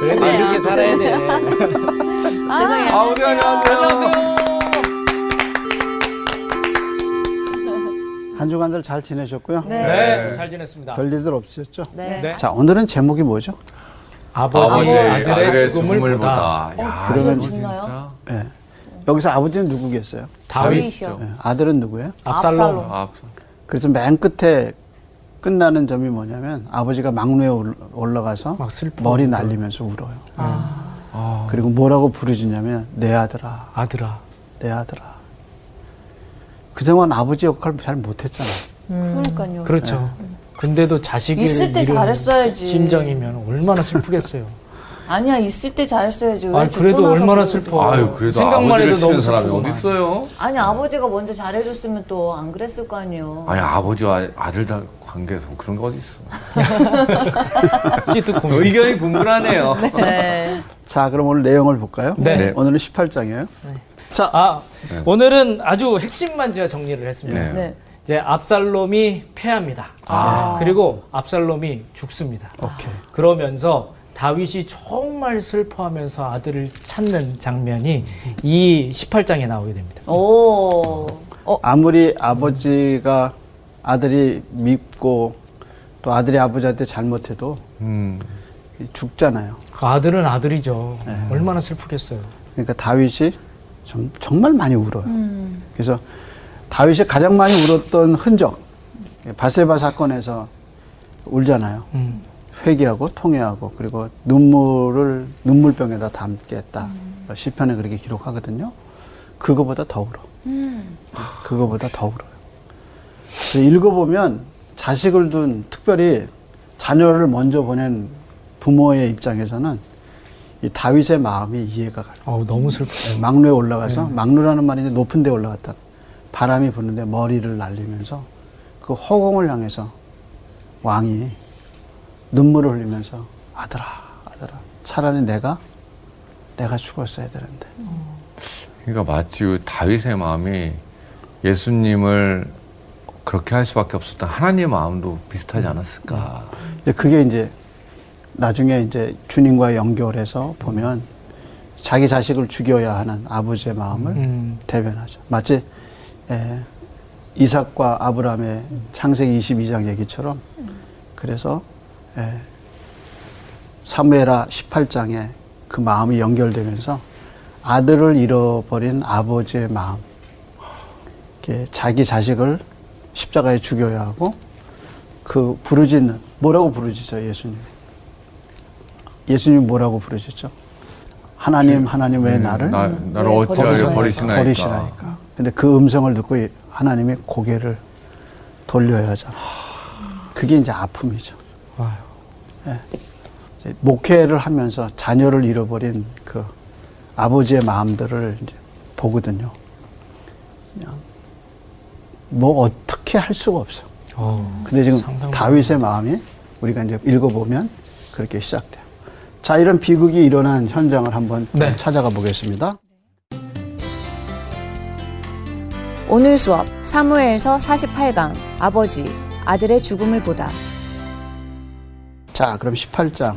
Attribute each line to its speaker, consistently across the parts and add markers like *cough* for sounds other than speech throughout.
Speaker 1: 그래도 네.
Speaker 2: 그래요.
Speaker 1: 이렇게 살아야 돼.
Speaker 2: 죄송해요.
Speaker 3: 아, 어디 안녕하세요.
Speaker 4: 한 주간들 잘 지내셨고요.
Speaker 1: 네, 잘 지냈습니다.
Speaker 4: 별일들 없으셨죠?
Speaker 2: 네.
Speaker 1: 네.
Speaker 4: 자, 오늘은 제목이 뭐죠?
Speaker 1: 아버지,
Speaker 3: 아버지
Speaker 1: 아들의,
Speaker 3: 아들의
Speaker 1: 죽음을 보다.
Speaker 3: 보다. 야,
Speaker 2: 드디어 아, 죽나요?
Speaker 1: 아,
Speaker 3: 진짜.
Speaker 4: 예. 여기서 아버지는 누구겠어요?
Speaker 2: 다윗이죠.
Speaker 4: 예, 아들은 누구예요?
Speaker 1: 압살롬.
Speaker 3: 아,
Speaker 4: 그래서 맨 끝에 끝나는 점이 뭐냐면 아버지가 막루에 올- 올라가서
Speaker 1: 막 슬퍼. 아.
Speaker 4: 머리 날리면서 울어요. 그리고 뭐라고 부르짖냐면 내 아들아,
Speaker 1: 아들아.
Speaker 2: 음.
Speaker 4: 내 아들아. 그동안 아버지 역할을 잘 못했잖아.
Speaker 2: 음. 그러니까요.
Speaker 1: 그렇죠. 근데도 자식이
Speaker 2: 네. 있을 때 잘했어야지.
Speaker 1: 심정이면 얼마나
Speaker 2: *laughs*
Speaker 1: 슬프겠어요.
Speaker 2: 아니야 있을 때 잘했어야지. 왜
Speaker 1: 아
Speaker 2: 죽고
Speaker 1: 그래도
Speaker 2: 나서
Speaker 1: 얼마나
Speaker 2: 그러고.
Speaker 1: 슬퍼.
Speaker 3: 아유, 그래도
Speaker 1: 생각만
Speaker 3: 아버지를
Speaker 1: 해도 너무
Speaker 3: 치는 사람이
Speaker 1: 슬프구만.
Speaker 3: 어디 있어요?
Speaker 2: 아니 아버지가 먼저 잘해줬으면 또 안 그랬을 거 아니에요.
Speaker 3: 아니, 아버지와 아들 다 관계에서 그런 게 어디 있어?
Speaker 1: 시트콤.
Speaker 3: *laughs* 의견이 분분하네요.
Speaker 2: *laughs* 네.
Speaker 4: 자, 그럼 오늘 내용을 볼까요?
Speaker 1: 네.
Speaker 3: 네.
Speaker 4: 오늘은 18장이에요. 자,
Speaker 1: 아
Speaker 3: 네.
Speaker 1: 오늘은 아주 핵심만 제가 정리를 했습니다.
Speaker 3: 네.
Speaker 2: 네.
Speaker 1: 이제 압살롬이 패합니다. 네.
Speaker 3: 아.
Speaker 1: 그리고 압살롬이 죽습니다.
Speaker 2: 아.
Speaker 4: 오케이.
Speaker 1: 그러면서 다윗이 정말 슬퍼하면서 아들을 찾는 장면이 이 18장에 나오게 됩니다.
Speaker 2: 오.
Speaker 4: 아무리 아버지가 아들이 믿고 또 아들이 아버지한테 잘못해도
Speaker 3: 음.
Speaker 4: 죽잖아요.
Speaker 1: 그 아들은 아들이죠.
Speaker 4: 네.
Speaker 1: 얼마나 슬프겠어요.
Speaker 4: 그러니까 다윗이 정, 정말 많이 울어요.
Speaker 2: 음.
Speaker 4: 그래서 다윗이 가장 많이 울었던 흔적, 바세바 사건에서 울잖아요.
Speaker 1: 음.
Speaker 4: 회개하고 통회하고 그리고 눈물을 눈물병에다 담겠다. 시편에 그렇게 기록하거든요. 그거보다 더 울어.
Speaker 2: 음.
Speaker 4: 그거보다 더 울어요. 그래서 읽어보면 자식을 둔 특별히 자녀를 먼저 보낸 부모의 입장에서는 이 다윗의 마음이 이해가 가요.
Speaker 1: 어우, 너무 슬퍼요.
Speaker 4: 막루에 올라가서 막루라는 말이 이제 높은 데 올라갔다. 바람이 부는데 머리를 날리면서 그 허공을 향해서 왕이 눈물을 흘리면서 아들아 아들아 차라리 내가 내가 죽었어야 되는데
Speaker 3: 그러니까 마치 이 다윗의 마음이 예수님을 그렇게 할 수밖에 없었던 하나님의 마음도 비슷하지 않았을까?
Speaker 4: 이제 그게 이제 나중에 이제 주님과 연결해서 보면 자기 자식을 죽여야 하는 아버지의 마음을
Speaker 1: 음.
Speaker 4: 대변하죠. 마치 에, 이삭과 아브라함의 창세기 22장 얘기처럼 그래서 에, 사무엘하 18장에 그 마음이 연결되면서 아들을 잃어버린 아버지의 마음 이렇게 자기 자식을 십자가에 죽여야 하고 그 부르짖는 뭐라고 부르짖어요 예수님 예수님 뭐라고 부르짖죠 하나님 하나님 왜 나를
Speaker 3: 그 음, 나, 나를
Speaker 2: 왜
Speaker 3: 어찌하여
Speaker 2: 네, 버리시나이까?
Speaker 3: 버리시나이까?
Speaker 4: 버리시라니까. 근데 그 음성을 듣고 이- 하나님이 고개를 돌려야 하잖아. 그게 이제 아픔이죠.
Speaker 1: 아유.
Speaker 4: 이제 목회를 하면서 자녀를 잃어버린 그 아버지의 마음들을 이제 보거든요. 그냥 뭐 어떻게 할 수가 없어.
Speaker 1: 어.
Speaker 4: 근데 지금
Speaker 1: 상당히
Speaker 4: 다윗의 마음이 우리가 이제 읽어보면 그렇게 시작돼요. 자, 이런 비극이 일어난 현장을 한번
Speaker 1: 네.
Speaker 4: 찾아가 보겠습니다.
Speaker 5: 오늘 수업 사무엘서 48강 아버지 아들의 죽음을 보다
Speaker 4: 자, 그럼 18장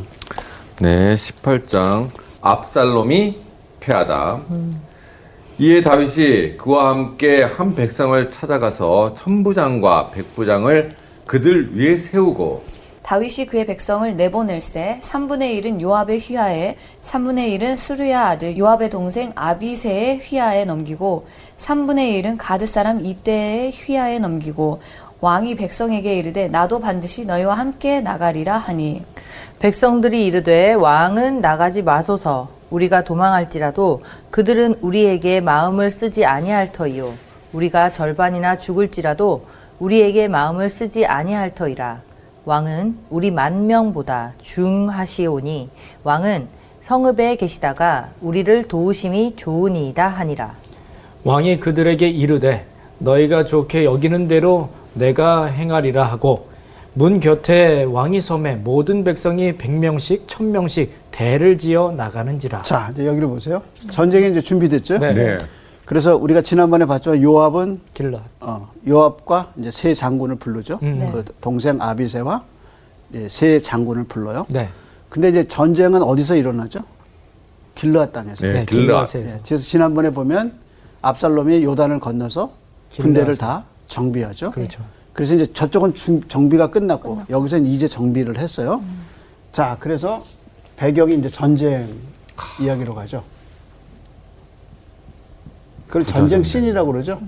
Speaker 3: 네, 18장 압살롬이 패하다. 이에 다윗이 그와 함께 한 백성을 찾아가서 천부장과 백부장을 그들 위에 세우고
Speaker 5: 다윗이 그의 백성을 내보낼세 3분의 1은 요압의 휘하에 3분의 1은 스루야 아들 요압의 동생 아비세의 휘하에 넘기고 3분의 1은 가드 사람 이때의 휘하에 넘기고 왕이 백성에게 이르되 나도 반드시 너희와 함께 나가리라 하니
Speaker 6: 백성들이 이르되 왕은 나가지 마소서 우리가 도망할지라도 그들은 우리에게 마음을 쓰지 아니할 터이요 우리가 절반이나 죽을지라도 우리에게 마음을 쓰지 아니할 터이라 왕은 우리 만 명보다 중하시오니 왕은 성읍에 계시다가 우리를 도우심이 좋으니이다 하니라
Speaker 1: 왕이 그들에게 이르되 너희가 좋게 여기는 대로 내가 행하리라 하고 문 곁에 왕이 섬에 모든 백성이 100명씩 1000명씩 대를 지어 나가는지라.
Speaker 4: 자, 이제 여기를 보세요. 전쟁이 이제 준비됐죠?
Speaker 1: 네.
Speaker 4: 그래서 우리가 지난번에 봤지만 요압은
Speaker 1: 길라.
Speaker 4: 어, 요압과 이제 세 장군을 부르죠.
Speaker 1: 음.
Speaker 4: 그 동생 아비세와 이제 세 장군을 불러요.
Speaker 1: 네.
Speaker 4: 근데 이제 전쟁은 어디서 일어나죠? 길르앗 땅에서.
Speaker 3: 네,
Speaker 1: 네,
Speaker 3: 길라.
Speaker 1: 길라스에서.
Speaker 4: 예, 그래서 지난번에 보면 압살롬이 요단을 건너서 군대를 다 정비하죠.
Speaker 1: 그렇죠.
Speaker 4: 그래서 이제 저쪽은 중- 정비가 끝났고 음. 여기서는 이제 정비를 했어요. 자, 그래서 배경이 이제 전쟁 이야기로 가죠. 그걸 전쟁 씬이라고 그러죠.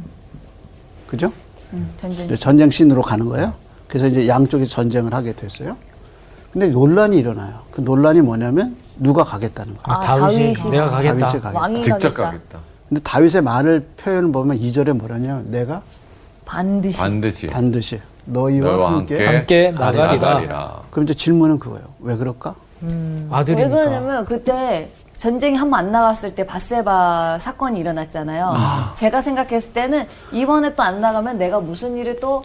Speaker 4: 그죠?
Speaker 5: 음, 전쟁
Speaker 4: 이제 전쟁 씬으로 가는 거예요. 그래서 이제 양쪽이 전쟁을 하게 됐어요. 근데 논란이 일어나요. 그 논란이 뭐냐면 누가 가겠다는 거예요.
Speaker 1: 아,
Speaker 2: 아,
Speaker 1: 다윗이,
Speaker 2: 다윗이.
Speaker 1: 내가 가겠다.
Speaker 4: 다윗이 가겠다.
Speaker 2: 왕이
Speaker 4: 네.
Speaker 3: 직접
Speaker 2: 가겠다.
Speaker 3: 가겠다.
Speaker 4: 근데 다윗의 말을 표현 보면 이절에 뭐라냐? 내가
Speaker 2: 반드시.
Speaker 3: 반드시
Speaker 4: 반드시 너희와
Speaker 3: 예. 너희와
Speaker 4: 함께,
Speaker 3: 함께
Speaker 1: 함께
Speaker 4: 나가리라.
Speaker 1: 나가리라.
Speaker 4: 그럼 이제 질문은 그거예요. 왜 그럴까?
Speaker 1: 아들이니까.
Speaker 2: 왜 그러냐면 그때 전쟁이 한 번 안 나갔을 때 바세바 사건이 일어났잖아요. 제가 생각했을 때는 이번에 또 안 나가면 내가 무슨 일을 또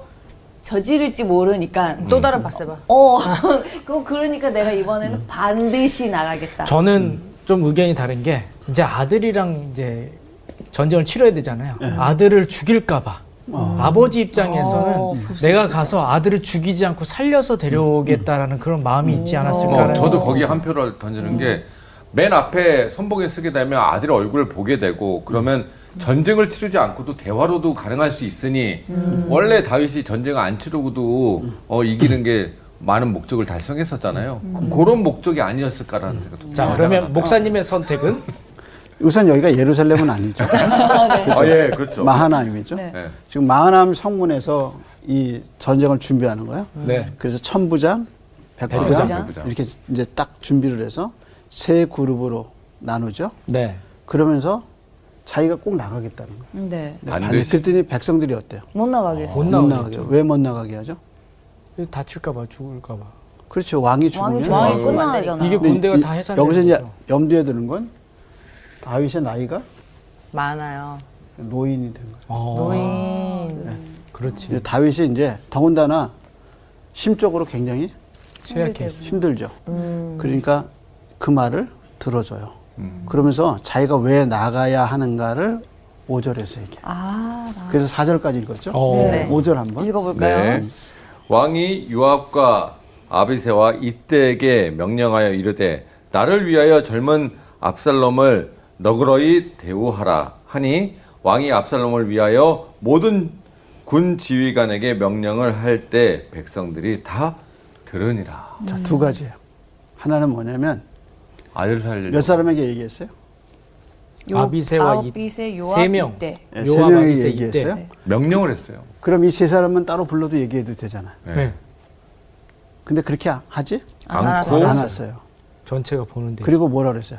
Speaker 2: 저지를지 모르니까
Speaker 6: 또 다른 바세바.
Speaker 2: 어 *laughs* 그거 그러니까 내가 이번에는 반드시 나가겠다.
Speaker 1: 저는 좀 의견이 다른 게 이제 아들이랑 이제 전쟁을 치러야 되잖아요. 아들을 죽일까봐. 아버지 입장에서는
Speaker 2: 어, 볼 수도
Speaker 1: 내가 가서 아들을 죽이지 않고 살려서 데려오겠다라는 그런 마음이 있지 않았을까라는
Speaker 3: 어, 저도 거기 한 표를 던지는
Speaker 1: 음.
Speaker 3: 게 맨 앞에 선봉에 쓰게 되면 아들의 얼굴을 보게 되고 그러면 전쟁을 치르지 않고도 대화로도 가능할 수 있으니
Speaker 1: 음.
Speaker 3: 원래 다윗이 전쟁을 안 치르고도 어, 이기는 게 많은 목적을 달성했었잖아요.
Speaker 1: 음.
Speaker 3: 그, 그런 목적이 아니었을까라는 생각도
Speaker 1: 자 그러면 목사님의 선택은
Speaker 4: 우선 여기가 예루살렘은 아니죠.
Speaker 3: 아, 예, 그렇죠.
Speaker 4: 마하나임이죠.
Speaker 2: 네.
Speaker 3: 예.
Speaker 4: 지금 마하나임 성문에서 이 전쟁을 준비하는 거예요.
Speaker 1: 네.
Speaker 4: 그래서 천부장, 백부장,
Speaker 2: 백부장.
Speaker 3: 백부장.
Speaker 4: 이렇게 이제 딱 준비를 해서 세 그룹으로 나누죠.
Speaker 1: 네.
Speaker 4: 그러면서 자기가 꼭 나가겠다는 거예요.
Speaker 2: 네.
Speaker 4: 근데
Speaker 3: 반드시.
Speaker 4: 반드시 그랬더니 백성들이 어때요?
Speaker 2: 못 나가겠어.
Speaker 1: 못
Speaker 4: 못
Speaker 1: 나오겠죠.
Speaker 4: 나가게 왜못 나가게 하죠?
Speaker 1: 다칠까봐 죽을까봐.
Speaker 4: 그렇죠. 왕이
Speaker 2: 왕이
Speaker 4: 죽으면
Speaker 2: 중앙이
Speaker 3: 죽으면
Speaker 2: 끝나잖아.
Speaker 1: 이게
Speaker 4: 근데
Speaker 1: 그 군대가
Speaker 4: 이-
Speaker 1: 다 해산되는
Speaker 4: 여기서 이제
Speaker 1: 거죠.
Speaker 4: 염두에 드는 건 다윗의 나이가
Speaker 6: 많아요.
Speaker 4: 노인이 된 거예요.
Speaker 1: 어,
Speaker 6: 노인.
Speaker 1: 그렇지.
Speaker 4: 이제 다윗이 이제 더군다나 심적으로 굉장히
Speaker 1: 음. 쇠약해. 있어.
Speaker 4: 힘들죠.
Speaker 1: 음.
Speaker 4: 그러니까 그 말을 들어줘요. 그러면서 자기가 왜 나가야 하는가를 5절에서 얘기해요.
Speaker 5: 아, 나-
Speaker 4: 그래서 4절까지 읽었죠.
Speaker 1: 어.
Speaker 4: 네. 5절 한번.
Speaker 2: 읽어볼까요?
Speaker 3: 네. 왕이 요압과 아비세와 이때에게 명령하여 이르되 나를 위하여 젊은 압살롬을 너그러이 대우하라 하니 왕이 압살롬을 위하여 모든 군 지휘관에게 명령을 할 때 백성들이 다 들으니라.
Speaker 4: 자, 두 가지예요. 하나는 뭐냐면
Speaker 3: 아들 살려.
Speaker 4: 몇 사람에게 얘기했어요?
Speaker 5: 요-
Speaker 1: 아비세와
Speaker 5: 아홉
Speaker 1: 이-
Speaker 5: 비세
Speaker 1: 세
Speaker 5: 요압
Speaker 1: 명.
Speaker 5: 이때.
Speaker 4: 예,
Speaker 1: 요압
Speaker 4: 세 명에게
Speaker 1: 아비세
Speaker 4: 얘기했어요.
Speaker 1: 이때.
Speaker 3: 명령을 했어요.
Speaker 4: 그럼 이 세 사람은 따로 불러도 얘기해도 되잖아요.
Speaker 3: 네.
Speaker 1: 네.
Speaker 4: 근데 그렇게 하- 하지?
Speaker 3: 안고
Speaker 4: 안 왔어요.
Speaker 1: 전체가 보는데.
Speaker 4: 아, 그리고 뭐라 그랬어요?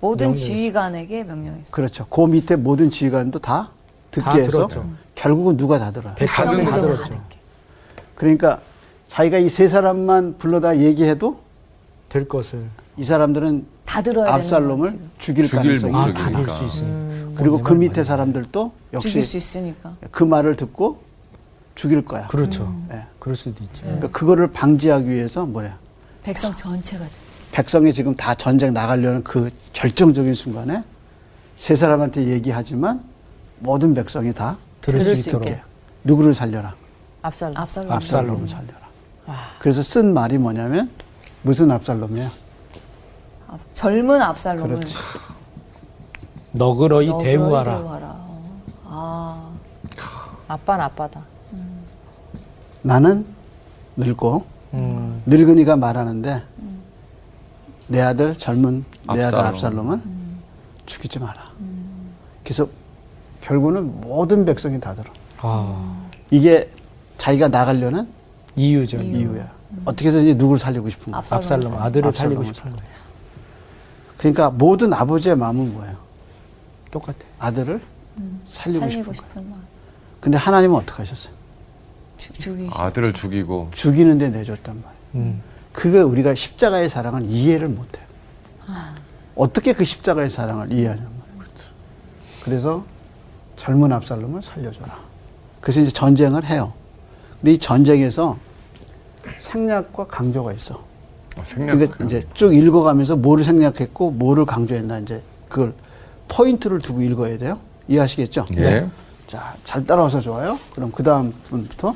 Speaker 5: 모든 지휘관에게 명령했어요.
Speaker 4: 그렇죠. 그 밑에 모든 지휘관도 다 듣게
Speaker 1: 다
Speaker 4: 해서
Speaker 1: 들었죠.
Speaker 4: 결국은 누가 다 들어요.
Speaker 1: 백성들 다
Speaker 5: 백성들도
Speaker 1: 들었죠.
Speaker 5: 듣게.
Speaker 4: 그러니까 자기가 이 세 사람만 불러다 얘기해도
Speaker 1: 될 것을
Speaker 4: 이 사람들은
Speaker 2: 다 들어야
Speaker 4: 압살롬을
Speaker 2: 되는 거지.
Speaker 4: 죽일
Speaker 3: 죽일
Speaker 4: 가능성이
Speaker 1: 아,
Speaker 3: 목적이니까.
Speaker 1: 죽일 수 있으니.
Speaker 4: 그리고 그 밑에 사람들도
Speaker 5: 죽일 수
Speaker 4: 역시
Speaker 5: 있으니까.
Speaker 4: 그 말을 듣고 죽일 거야. 그
Speaker 2: 음.
Speaker 1: 그렇죠.
Speaker 4: 예.
Speaker 1: 그럴 수도
Speaker 2: 네.
Speaker 1: 있죠.
Speaker 4: 러니까 그거를 방지하기 위해서 뭐냐?
Speaker 5: 백성 전체가 돼.
Speaker 4: 백성이 지금 다 전쟁 나가려는 그 결정적인 순간에 세 사람한테 얘기하지만 모든 백성이 다
Speaker 1: 들을,
Speaker 6: 들을
Speaker 1: 수
Speaker 6: 수
Speaker 1: 있도록.
Speaker 6: 있게.
Speaker 4: 누구를 살려라?
Speaker 6: 압살롬.
Speaker 5: 압살롬.
Speaker 4: 압살롬을 살려라. 그래서 쓴 말이 뭐냐면 무슨 압살롬이야?
Speaker 5: 압- 젊은 압살롬을
Speaker 4: 그렇지.
Speaker 1: 너그러이
Speaker 5: 너그러이
Speaker 1: 대우하라.
Speaker 5: 어. 아,
Speaker 6: 아빠는 아빠다.
Speaker 4: 나는 늙고
Speaker 1: 음,
Speaker 4: 늙은이가 말하는데 내 아들 젊은 내 아들
Speaker 3: 압살롬.
Speaker 4: 압살롬은 죽이지 마라. 그래서 결국은 모든 백성이 다 들어.
Speaker 1: 아,
Speaker 4: 이게 자기가 나가려는
Speaker 1: 이유죠. 이유.
Speaker 4: 이유야. 어떻게 해서 이 누굴 살리고 싶은 거야.
Speaker 2: 압살롬.
Speaker 1: 압살롬 아들을
Speaker 4: 압살롬을
Speaker 1: 살리고 싶은 거예요.
Speaker 4: 그러니까 모든 아버지의 마음은 뭐예요?
Speaker 1: 똑같아.
Speaker 4: 아들을 살리고,
Speaker 5: 살리고
Speaker 4: 싶은 거야.
Speaker 5: 싶은 마음.
Speaker 4: 근데 하나님은 어떻게 하셨어요?
Speaker 5: 죽- 죽이시.
Speaker 3: 아들을 죽이고
Speaker 4: 죽이는데 내줬단 말이야.
Speaker 1: 음.
Speaker 4: 그게 우리가 십자가의 사랑을 이해를 못해요. 어떻게 그 십자가의 사랑을 이해하냐 말이에요. 그래서 젊은 압살롬을 살려줘라. 그래서 이제 전쟁을 해요. 근데 이 전쟁에서 생략과 강조가 있어.
Speaker 3: 생략.
Speaker 4: 그게 이제 쭉 읽어가면서 뭐를 생략했고 뭐를 강조했나 이제 그걸 포인트를 두고 읽어야 돼요. 이해하시겠죠?
Speaker 3: 예.
Speaker 4: 자, 잘 따라와서 좋아요. 그럼 그 다음 분부터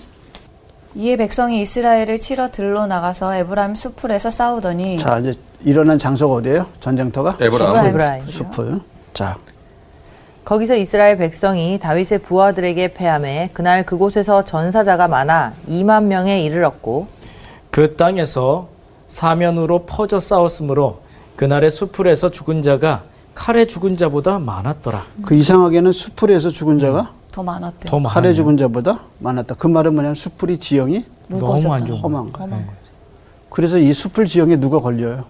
Speaker 5: 이에 백성이 이스라엘을 치러 들러 나가서 에브라임 수풀에서 싸우더니
Speaker 4: 자 이제 일어난 장소가 어디예요? 전쟁터가?
Speaker 3: 에브라임.
Speaker 6: 에브라임.
Speaker 4: 숲을. 자,
Speaker 6: 거기서 이스라엘 백성이 다윗의 부하들에게 패함해 그날 그곳에서 전사자가 많아 2만 명에 이르렀고
Speaker 1: 그 땅에서 사면으로 퍼져 싸웠으므로 그날의 수풀에서 죽은 자가 칼에 죽은 자보다 많았더라.
Speaker 4: 그 이상하게는 수풀에서 죽은 자가
Speaker 2: 더 많았대요.
Speaker 1: 더
Speaker 4: 칼에
Speaker 1: 음. 어, 많아요.
Speaker 4: 죽은 자보다 많았다. 그 말은 뭐냐면 수풀이 지형이
Speaker 1: 너무 안
Speaker 2: 무거워졌다.
Speaker 1: 좋은
Speaker 4: 험한 거예요.
Speaker 1: 네.
Speaker 4: 그래서 이 수풀 지형에 누가 걸려요?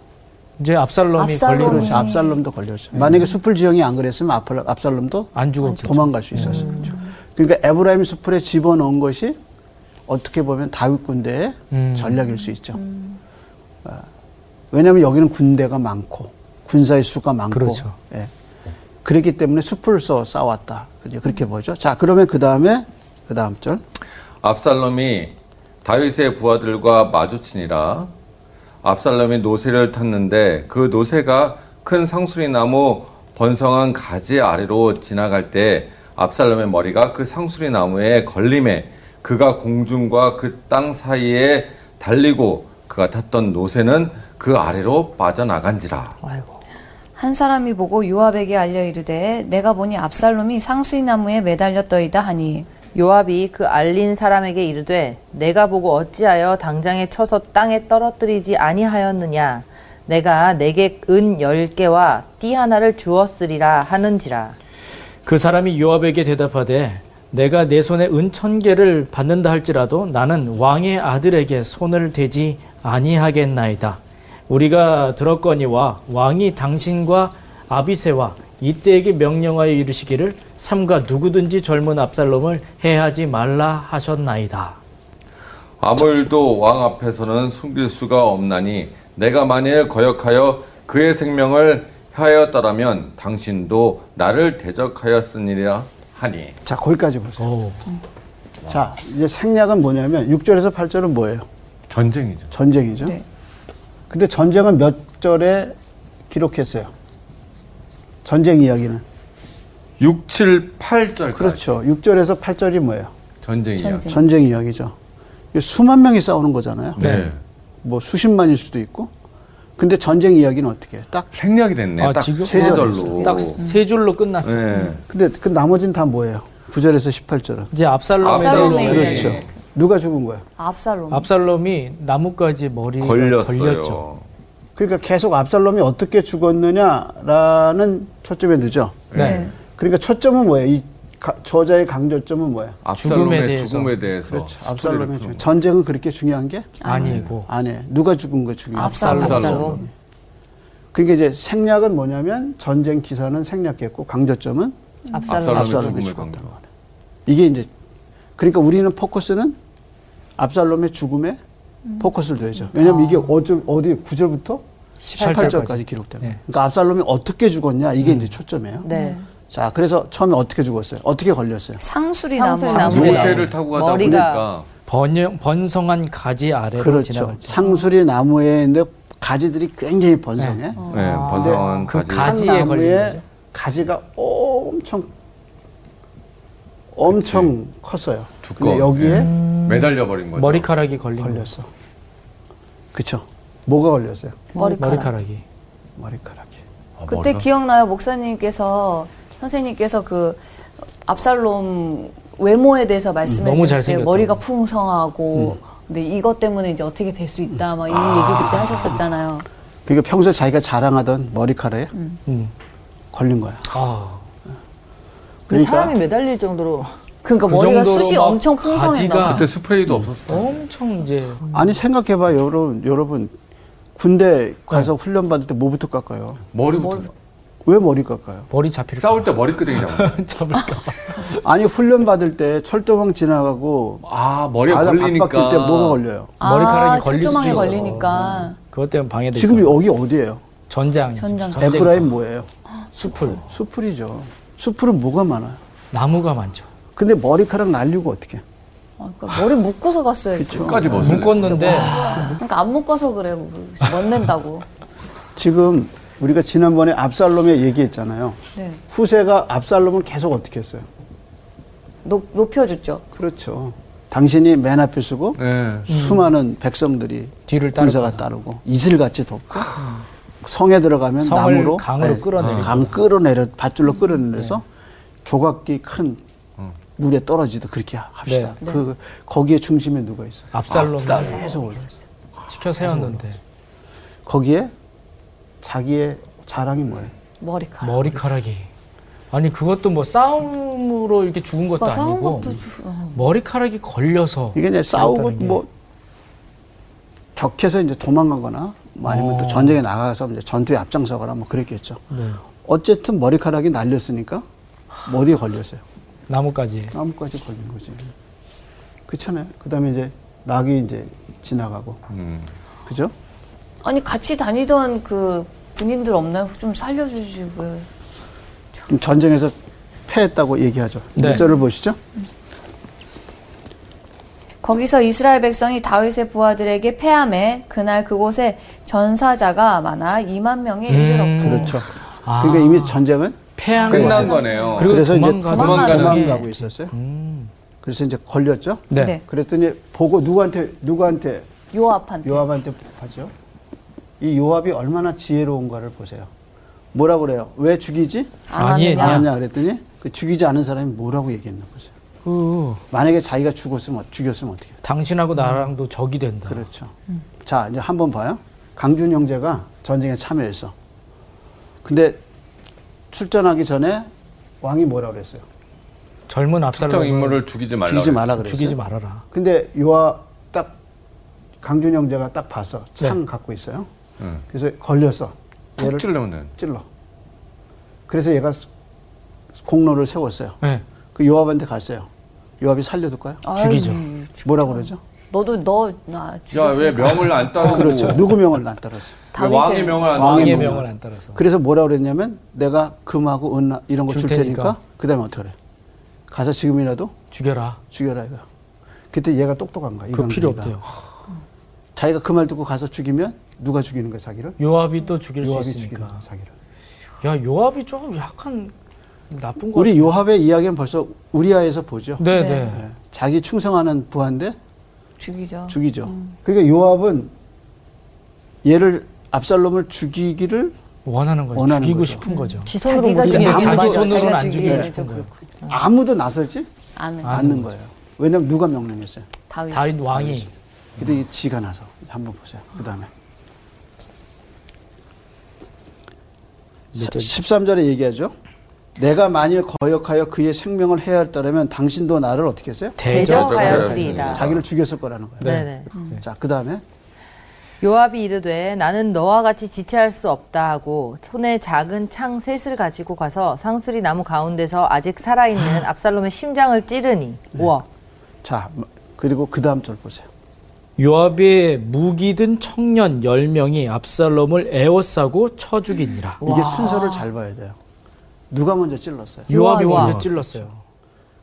Speaker 1: 이제 압살롬이
Speaker 2: 압살롬이
Speaker 1: 걸리고
Speaker 4: 그렇죠. 압살롬도 걸렸죠. 만약에 수풀 지형이 안 그랬으면 압살- 압살롬도
Speaker 1: 네. 안 죽었죠. 음.
Speaker 4: 도망갈 수 있었어요. 그렇죠. 그러니까 에브라임 수풀에 집어넣은 것이 어떻게 보면 다윗 군대의
Speaker 1: 음.
Speaker 4: 전략일 수 있죠. 아, 왜냐하면 여기는 군대가 많고 군사의 수가 많고,
Speaker 1: 그렇죠.
Speaker 4: 예. 그렇기 때문에 수풀을 써 싸웠다. 그죠? 그렇게 보죠. 자, 그러면 그 다음에 그 다음 절.
Speaker 3: 압살롬이 다윗의 부하들과 마주치니라 압살롬이 노새를 탔는데 그 노새가 큰 상수리 나무 번성한 가지 아래로 지나갈 때 압살롬의 머리가 그 상수리 나무에 걸림에 그가 공중과 그 땅 사이에 달리고 그가 탔던 노새는 그 아래로 빠져나간지라
Speaker 6: 아이고.
Speaker 5: 한 사람이 보고 요압에게 알려 이르되 내가 보니 압살롬이 상수리 나무에 매달렸더이다 하니
Speaker 6: 요압이 그 알린 사람에게 이르되 내가 보고 어찌하여 당장에 쳐서 땅에 떨어뜨리지 아니하였느냐 내가 내게 은 열개와띠 하나를 주었으리라 하는지라
Speaker 1: 그 사람이 요압에게 대답하되 내가 내 손에 은 천 개를 받는다 할지라도 나는 왕의 아들에게 손을 대지 아니하겠나이다. 우리가 들었거니와 왕이 당신과 아비세와 이때에게 명령하여 이르시기를 삼가 누구든지 젊은 압살롬을 해하지 말라 하셨나이다.
Speaker 3: 아무 일도 왕 앞에서는 숨길 수가 없나니 내가 만일 거역하여 그의 생명을 하였다라면 당신도 나를 대적하였으니라 하니
Speaker 4: 자, 거기까지 보세요.
Speaker 1: 오.
Speaker 4: 자, 이제 생략은 뭐냐면 6절에서 8절은 뭐예요?
Speaker 3: 전쟁이죠.
Speaker 4: 전쟁이죠.
Speaker 5: 네.
Speaker 4: 근데 전쟁은 몇 절에 기록했어요? 전쟁 이야기는
Speaker 3: 6, 7, 8절
Speaker 4: 그렇죠. 6절에서 8절이 뭐예요?
Speaker 3: 전쟁이야.
Speaker 5: 전쟁.
Speaker 4: 전쟁 이야기죠. 이게 수만 명이 싸우는 거잖아요.
Speaker 3: 네.
Speaker 1: 네.
Speaker 4: 뭐 수십만일 수도 있고. 근데 전쟁 이야기는 어떻게 해요? 딱.
Speaker 3: 생략이 됐네.
Speaker 1: 아,
Speaker 3: 딱
Speaker 1: 지금?
Speaker 3: 세 절로.
Speaker 1: 딱 세 줄로 끝났어요.
Speaker 3: 네.
Speaker 4: 근데 그 나머지는 다 뭐예요? 9절에서 18절은.
Speaker 1: 이제 압살롬이
Speaker 3: 압살롬이
Speaker 1: 걸려-
Speaker 3: 그렇죠.
Speaker 5: 네.
Speaker 4: 누가 죽은 거예요?
Speaker 5: 압살롬.
Speaker 1: 압살롬이 나뭇가지 머리가
Speaker 3: 걸렸어요.
Speaker 1: 네. 걸렸죠.
Speaker 4: 그러니까 계속 압살롬이 어떻게 죽었느냐라는 초점에 넣죠.
Speaker 1: 네.
Speaker 4: 그러니까 초점은 뭐예요? 이 가- 저자의 강조점은 뭐예요?
Speaker 1: 죽음에
Speaker 3: 압살롬의
Speaker 1: 대해서.
Speaker 3: 죽음에 대해서.
Speaker 4: 그렇죠.
Speaker 3: 스토리를
Speaker 4: 압살롬의
Speaker 3: 푸는
Speaker 4: 죽음. 전쟁은 그렇게 중요한 게
Speaker 1: 아니고
Speaker 4: 아니에요. 누가 죽은 거 중요해요.
Speaker 5: 압살롬.
Speaker 3: 압살롬.
Speaker 6: 압살롬.
Speaker 4: 그러니까 이제 생략은 뭐냐면 전쟁 기사는 생략했고 강조점은
Speaker 3: 거예요.
Speaker 6: 압살롬
Speaker 3: 압살롬의
Speaker 4: 압살롬이
Speaker 3: 죽음을
Speaker 4: 죽었다는
Speaker 3: 강조.
Speaker 4: 이게 이제 그러니까 우리는 포커스는 압살롬의 죽음에 포커스를 둬야죠. 왜냐하면 이게 어디, 어디 9절부터
Speaker 1: 네. 18절까지.
Speaker 4: 18절까지 기록된 거예요.
Speaker 1: 네.
Speaker 4: 그러니까 압살롬이 어떻게 죽었냐 이게 이제 초점이에요.
Speaker 6: 네.
Speaker 4: 자, 그래서 처음에 어떻게 죽었어요? 어떻게 걸렸어요?
Speaker 5: 상수리 나무.
Speaker 6: 상수리
Speaker 5: 상
Speaker 6: 나무.
Speaker 3: 요새를 타고 가다
Speaker 6: 머리가-
Speaker 3: 보니까
Speaker 1: 번영, 번성한 가지 아래로
Speaker 4: 그렇죠.
Speaker 1: 지나갈 때
Speaker 4: 상수리 나무에 있는데 가지들이 굉장히 번성해.
Speaker 3: 네, 번성한
Speaker 1: 그
Speaker 3: 가지.
Speaker 1: 어. 가-
Speaker 4: 한
Speaker 1: 가지에 걸리는
Speaker 4: 나무에
Speaker 1: 거죠?
Speaker 4: 가지가 엄청 엄청 컸어요.
Speaker 3: 두꺼워.
Speaker 4: 근데 여기에
Speaker 3: 예.
Speaker 1: 음.
Speaker 3: 매달려 버린 거죠.
Speaker 1: 머리카락이 걸린 거예요.
Speaker 4: 걸렸어. 그쵸? 뭐가 걸렸어요?
Speaker 5: 머리카락.
Speaker 1: 머리카락이
Speaker 4: 머리카락이.
Speaker 3: 아,
Speaker 5: 그때
Speaker 3: 머리가-
Speaker 5: 기억나요 목사님께서 선생님께서 그 압살롬 외모에 대해서 말씀해
Speaker 1: 너무
Speaker 5: 주실 때
Speaker 1: 잘생겼다고.
Speaker 5: 머리가 풍성하고 근데 이것 때문에 이제 어떻게 될 수 있다 막 이런 얘기 그때 하셨었잖아요.
Speaker 4: 그러니까 평소에 자기가 자랑하던 머리카락에
Speaker 1: 음.
Speaker 4: 걸린 거야.
Speaker 1: 아,
Speaker 6: 근데
Speaker 4: 그러니까-
Speaker 6: 사람이 매달릴 정도로
Speaker 5: 그러니까
Speaker 1: 그
Speaker 5: 머리가
Speaker 1: 정도로
Speaker 5: 숱이
Speaker 1: 막
Speaker 5: 엄청
Speaker 1: 가지가-
Speaker 5: 풍성했나
Speaker 3: 그때 스프레이도
Speaker 4: 음.
Speaker 3: 없었어.
Speaker 1: 엄청 이제
Speaker 4: 아니 생각해봐 여러분 여러분 군대 가서
Speaker 3: 네.
Speaker 4: 훈련 받을 때 뭐부터 깎아요?
Speaker 3: 머리부터.
Speaker 4: 왜 머리 깎아요?
Speaker 1: 머리 잡힐
Speaker 3: 싸울 때 머리끄댕이 잡는 거.
Speaker 1: 잡을까
Speaker 4: 아니 훈련 받을 때 철도망 지나가고
Speaker 3: 아, 머리에
Speaker 4: 바닥
Speaker 3: 걸리니까.
Speaker 4: 바뀔 때 뭐가 걸려요?
Speaker 5: 아,
Speaker 1: 머리카락이 걸릴 수도
Speaker 5: 철조망에
Speaker 1: 있어서.
Speaker 5: 걸리니까.
Speaker 1: *laughs* 그것 때문에 방해돼.
Speaker 5: 그러니까.
Speaker 4: 지금 여기 어디예요?
Speaker 1: 전장,
Speaker 5: 전장.
Speaker 4: 에프라임 뭐예요?
Speaker 1: 수풀
Speaker 4: 수풀이죠. 수풀은 뭐가 많아요?
Speaker 1: 나무가 많죠.
Speaker 4: 근데 머리카락 날리고 어떻게?
Speaker 5: 아, 그러니까 머리 묶고서 갔어야지.
Speaker 3: 끝까지 벗어.
Speaker 1: 묶었는데
Speaker 5: 그러니까 안 묶어서 그래 멋낸다고.
Speaker 4: 지금 우리가 지난번에 압살롬에 얘기했잖아요.
Speaker 5: 네.
Speaker 4: 후세가 압살롬을 계속 어떻게 했어요?
Speaker 5: 높, 높여줬죠.
Speaker 4: 그렇죠. 당신이 맨 앞에 서고
Speaker 3: 예.
Speaker 4: 수많은 백성들이
Speaker 1: 뒤를
Speaker 4: 군사가
Speaker 1: 따르거나.
Speaker 4: 따르고 이슬같이 덮고 성에 들어가면
Speaker 1: 성을
Speaker 4: 나무로 네.
Speaker 1: 강으로 끌어내리고. 음. 네.
Speaker 4: 강 끌어내려 밧줄로 끌어내려서 조각기 큰 물에 떨어지듯 그렇게 합시다.
Speaker 1: 네.
Speaker 4: 그 거기에 중심에 누가 있어?
Speaker 1: 압살롬
Speaker 4: 계속 올라.
Speaker 1: 지켜 세웠는데
Speaker 4: 거기에 자기의 자랑이 뭐예요?
Speaker 2: 머리카락.
Speaker 1: 머리카락이 아니 그것도 뭐 싸움으로 이렇게 죽은 것도
Speaker 2: 뭐 싸운
Speaker 1: 아니고
Speaker 2: 것도 주- 어.
Speaker 1: 머리카락이 걸려서
Speaker 4: 이게 이제 싸우고
Speaker 1: 그랬다는 게.
Speaker 4: 뭐 격해서 이제 도망가거나 뭐 아니면
Speaker 1: 어.
Speaker 4: 또 전쟁에 나가서 이제 전투에 앞장서거나 뭐 그랬겠죠.
Speaker 1: 네.
Speaker 4: 어쨌든 머리카락이 날렸으니까 어디에 걸렸어요?
Speaker 1: 나뭇가지
Speaker 4: 나무까지 걸린 거지. 그렇잖아요. 그다음에 이제 낙이 이제 지나가고,
Speaker 3: 음.
Speaker 4: 그죠?
Speaker 2: 아니 같이 다니던 그 군인들 없나요? 좀 살려주시고요.
Speaker 4: 그럼 전쟁에서 패했다고 얘기하죠.
Speaker 1: 네.
Speaker 4: 네. 1절을 보시죠.
Speaker 5: 거기서 이스라엘 백성이 다윗의 부하들에게 패함에 그날 그곳에 전사자가 많아 2만 명에 이르렀고
Speaker 4: 그렇죠.
Speaker 1: 아.
Speaker 4: 그러니까 이미 전쟁은
Speaker 1: 패한
Speaker 3: 끝난
Speaker 1: 거죠.
Speaker 3: 거네요.
Speaker 1: 그리고
Speaker 4: 그래서 이제
Speaker 1: 도망가고
Speaker 4: 도망가는
Speaker 2: 도망가는
Speaker 4: 도망가고
Speaker 2: 게.
Speaker 4: 있었어요.
Speaker 1: 음.
Speaker 4: 그래서 이제 걸렸죠.
Speaker 1: 네.
Speaker 5: 네.
Speaker 4: 그랬더니 보고 누구한테 누구한테
Speaker 2: 요압한테.
Speaker 4: 요압한테 하죠. 이 요압이 얼마나 지혜로운가를 보세요. 뭐라 그래요? 왜 죽이지?
Speaker 5: 안
Speaker 1: 아니,
Speaker 5: 하느냐
Speaker 1: 아니.
Speaker 4: 않았냐 그랬더니 그 죽이지 않은 사람이 뭐라고 얘기했나 보세요.
Speaker 1: 그
Speaker 4: 만약에 자기가 죽었으면 어- 죽였으면 어떻게? 해요?
Speaker 1: 당신하고 나랑도 적이 된다.
Speaker 4: 그렇죠. 자, 이제 한번 봐요. 강준 형제가 전쟁에 참여했어. 근데 출전하기 전에 왕이 뭐라 그랬어요?
Speaker 1: 젊은
Speaker 3: 특정
Speaker 1: 압살롬을
Speaker 3: 인물을 죽이지 말라.
Speaker 4: 죽이지
Speaker 3: 그랬어요.
Speaker 4: 말라 그랬어요.
Speaker 1: 죽이지 말아라.
Speaker 4: 근데 요아 딱 강준 형제가 딱 봐서 창
Speaker 1: 네. 음.
Speaker 4: 갖고 있어요.
Speaker 3: 응.
Speaker 4: 그래서 걸렸어.
Speaker 3: 툭 찔러는.
Speaker 4: 찔러. 그래서 얘가 공로를 세웠어요.
Speaker 1: 네.
Speaker 4: 그 요압한테 갔어요. 요압이 살려둘까요?
Speaker 1: 아, 죽이죠.
Speaker 4: 뭐라고 그러죠?
Speaker 2: 너도 너나
Speaker 3: 야 왜
Speaker 2: 죽였어.
Speaker 3: 명을 안 따르고
Speaker 4: 그렇죠. 누구 명을 안 따랐어요.
Speaker 3: 왜 왕의
Speaker 2: 다윗의-
Speaker 3: 명을 안
Speaker 4: 왕의
Speaker 1: 왕의
Speaker 3: 따르고
Speaker 1: 명을
Speaker 4: 명을
Speaker 1: 안 따라서.
Speaker 4: 그래서 뭐라 그랬냐면 내가 금하고 은 이런 거
Speaker 1: 줄
Speaker 4: 줄 테니까,
Speaker 1: 테니까.
Speaker 4: 그다음에 어떻게 그래? 가서 지금이라도
Speaker 1: 죽여라.
Speaker 4: 죽여라 이거. 그때 얘가 똑똑한 거야.
Speaker 1: 그
Speaker 4: 이광민이가.
Speaker 1: 필요 없대요.
Speaker 4: 자기가 그 말 듣고 가서 죽이면 누가 죽이는 거야 자기를?
Speaker 1: 요압이 또 죽일
Speaker 4: 요압이
Speaker 1: 수
Speaker 4: 죽이는 거야
Speaker 1: 있으니까.
Speaker 4: 자기를.
Speaker 1: 야 요압이 조금 약간 나쁜 거.
Speaker 4: 우리 요압의 이야기는 벌써 우리아에서 보죠.
Speaker 1: 네네.
Speaker 4: 예. 자기 충성하는 부하인데
Speaker 2: 죽이죠.
Speaker 4: 죽이죠. 그러니까 요압은 얘를 압살롬을 죽이기를
Speaker 1: 원하는 거죠.
Speaker 4: 원하는
Speaker 1: 죽이고
Speaker 4: 거죠.
Speaker 1: 싶은 거죠.
Speaker 6: 지 손으로
Speaker 2: 자기가
Speaker 4: 죽이는
Speaker 2: 죽이는
Speaker 4: 거죠.
Speaker 2: 건
Speaker 4: 자기
Speaker 2: 맞아.
Speaker 1: 손으로는
Speaker 2: 자기가
Speaker 1: 안
Speaker 2: 죽이는
Speaker 1: 죽이죠.
Speaker 2: 좀 그렇고
Speaker 4: 아무도 나서지
Speaker 2: 아는
Speaker 4: 않는 거예요. 왜냐면 누가 명령했어요?
Speaker 2: 다윗.
Speaker 1: 다윗 왕이
Speaker 4: 근데 이 지가 나서 한번 보세요. 그 다음에 13절에 얘기하죠. 내가 만일 거역하여 그의 생명을 해하였다면 당신도 나를 어떻게 했어요?
Speaker 6: 대적하였으이다.
Speaker 4: 자기를 죽였을 거라는 거예요.
Speaker 6: 네네.
Speaker 4: 자, 그 다음에
Speaker 6: 요압이 이르되 나는 너와 같이 지체할 수 없다 하고 손에 작은 창 셋을 가지고 가서 상수리 나무 가운데서 아직 살아있는 압살롬의 심장을 찌르니 우와
Speaker 4: 자, 그리고 그 다음 절 보세요.
Speaker 1: 요압의 무기든 청년 10명이 압살롬을 애워싸고 쳐 죽이니라.
Speaker 4: 이게 순서를 잘 봐야 돼요. 누가 먼저 찔렀어요?
Speaker 1: 요압이
Speaker 6: 요압.
Speaker 1: 먼저 찔렀어요.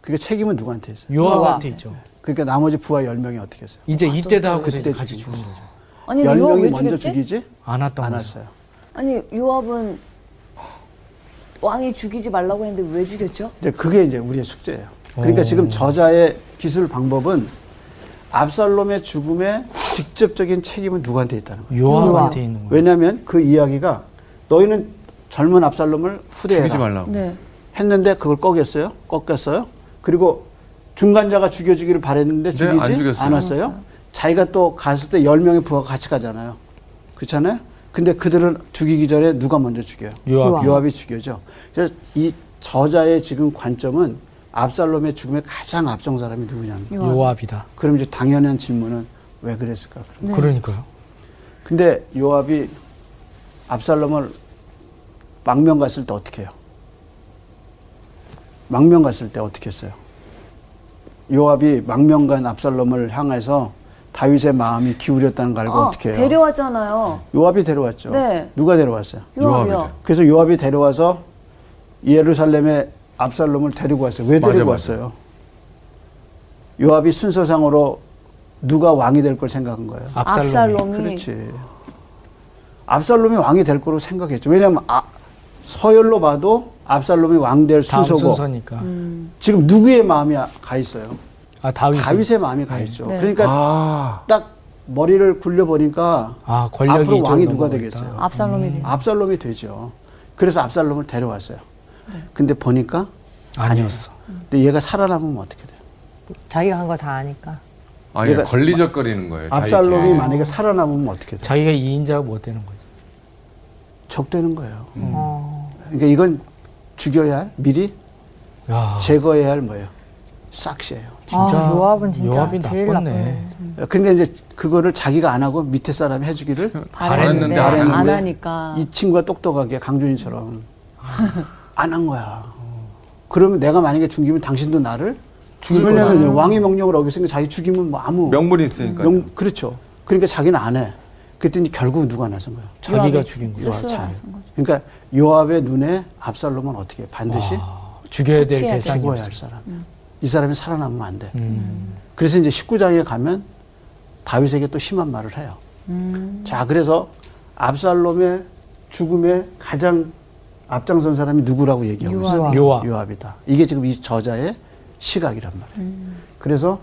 Speaker 4: 그게 책임은 누구한테 있어요?
Speaker 1: 요압한테 있죠.
Speaker 4: 그러니까 나머지 부하 10명이 어떻게 했어요?
Speaker 1: 이제 이때다 하고
Speaker 4: 그때
Speaker 1: 같이
Speaker 4: 죽인
Speaker 1: 죽은 거죠.
Speaker 2: 아니 근데 요압
Speaker 4: 10명이
Speaker 2: 왜
Speaker 4: 먼저
Speaker 2: 죽였지?
Speaker 4: 죽이지
Speaker 1: 안 왔던
Speaker 4: 안
Speaker 1: 거죠.
Speaker 4: 왔어요.
Speaker 2: 아니 요압은 왕이 죽이지 말라고 했는데 왜 죽였죠?
Speaker 4: 이제 그게 이제 우리의 숙제예요. 그러니까
Speaker 3: 어.
Speaker 1: 오.
Speaker 4: 지금 저자의 기술 방법은 압살롬의 죽음에 직접적인 책임은 누구한테 있다는 거예요.
Speaker 1: 요압한테 있는 거예요.
Speaker 4: 왜냐하면 그 이야기가 너희는 젊은 압살롬을
Speaker 3: 죽이지
Speaker 4: 후대해라
Speaker 3: 말라고.
Speaker 2: 네.
Speaker 4: 했는데 그걸 꺾였어요. 꺾였어요. 그리고 중간자가 죽여주기를 바랬는데
Speaker 3: 네,
Speaker 4: 죽이지
Speaker 3: 안 죽였어요.
Speaker 4: 않았어요. 자기가 또 갔을 때 열명의 부하가 같이 가잖아요. 그렇잖아요. 근데 그들은 죽이기 전에 누가 먼저 죽여요?
Speaker 1: 요압.
Speaker 4: 요압이 죽여죠. 그래서 이 저자의 지금 관점은 압살롬의 죽음에 가장 앞선 사람이 누구냐는 거예요.
Speaker 1: 요압이다.
Speaker 4: 그럼 이제 당연한 질문은 왜 그랬을까? 그런 거예요.
Speaker 1: 그러니까요.
Speaker 4: 근데 요압이 압살롬을 망명 갔을 때 어떻게 해요? 망명 갔을 때 어떻게 했어요? 요압이 망명 간 압살롬을 향해서 다윗의 마음이 기울였다는 걸 알고
Speaker 2: 아,
Speaker 4: 어떻게 해요?
Speaker 2: 데려왔잖아요.
Speaker 4: 요압이 데려왔죠.
Speaker 2: 네.
Speaker 4: 누가 데려왔어요?
Speaker 2: 요압이요.
Speaker 4: 그래서 요압이 데려와서 예루살렘에 압살롬을 데리고 왔어요. 왜
Speaker 3: 맞아,
Speaker 4: 데리고
Speaker 3: 맞아.
Speaker 4: 왔어요? 요압이 순서상으로 누가 왕이 될 걸 생각한 거예요.
Speaker 1: 압살롬이.
Speaker 2: 압살롬이.
Speaker 4: 그렇지. 압살롬이 왕이 될 거로 생각했죠. 왜냐하면 아, 서열로 봐도 압살롬이 왕 될
Speaker 1: 다음
Speaker 4: 순서고
Speaker 1: 순서니까.
Speaker 4: 지금 누구의 마음이 가 있어요?
Speaker 1: 아 다윗.
Speaker 4: 다윗의 마음이 가 있죠.
Speaker 2: 네.
Speaker 4: 그러니까
Speaker 3: 아
Speaker 4: 딱 머리를 굴려 보니까
Speaker 1: 아, 권력이
Speaker 4: 앞으로
Speaker 1: 이쪽으로
Speaker 4: 왕이 누가
Speaker 1: 넘어갔다.
Speaker 4: 되겠어요?
Speaker 2: 압살롬이
Speaker 4: 아,
Speaker 2: 돼요.
Speaker 4: 압살롬이 되죠. 그래서 압살롬을 데려왔어요.
Speaker 2: 네.
Speaker 4: 근데 보니까 아니었어. 근데 얘가 살아남으면 어떻게 돼요?
Speaker 6: 자기가 한 거 다 아니까.
Speaker 3: 아니
Speaker 4: 얘가
Speaker 3: 걸리적거리는 거예요. 자기
Speaker 4: 압살롬이
Speaker 3: 개인.
Speaker 4: 만약에 살아남으면 어떻게 돼요?
Speaker 1: 자기가 2인자가 못 되는 거죠.
Speaker 4: 적되는 거예요.
Speaker 6: 어.
Speaker 4: 그러니까 이건 죽여야 할 미리
Speaker 3: 아.
Speaker 1: 야,
Speaker 4: 제거해야 할 뭐예요? 싹시예요.
Speaker 6: 아, 요압은 진짜
Speaker 1: 요압이
Speaker 6: 제일
Speaker 1: 나빴네.
Speaker 6: 나쁘네.
Speaker 2: 음.
Speaker 4: 근데 이제 그거를 자기가 안 하고 밑에
Speaker 3: *laughs*
Speaker 4: 사람이 해주기를
Speaker 3: 바랬는데
Speaker 2: 바랬는데 안,
Speaker 4: 안
Speaker 2: 하니까.
Speaker 4: 이 친구가
Speaker 2: *laughs*
Speaker 4: 똑똑하게 강준이처럼 안 한 거야. 그러면 내가 만약에 죽이면 당신도 나를 죽이려면 왕의 명령을 어겼으니까 자기 죽이면 뭐 아무
Speaker 3: 명분이 있으니까.
Speaker 4: 명- 그렇죠. 그러니까 자기는 안 해. 그랬더니 결국 누가 나선 거야?
Speaker 1: 자기가
Speaker 2: 요압이
Speaker 1: 죽인 거예요.
Speaker 2: 스스로
Speaker 4: 잘.
Speaker 2: 나선 거죠.
Speaker 4: 그러니까 요압의 눈에 압살롬은 어떻게 해? 반드시
Speaker 3: 아.
Speaker 1: 죽여야 될
Speaker 2: 처치해야 돼.
Speaker 1: 대상이
Speaker 4: 죽어야
Speaker 1: 없어.
Speaker 3: 음.
Speaker 4: 할 사람. 이 사람이 살아남으면 안 돼.
Speaker 1: 음.
Speaker 4: 그래서 이제 19장에 가면 다윗에게 또 심한 말을 해요. 자, 그래서 압살롬의 죽음에 가장 앞장선 사람이 누구라고 얘기하고 있어요?
Speaker 1: 요압.
Speaker 4: 요압이다. 이게 지금 이 저자의 시각이란 말이에요. 그래서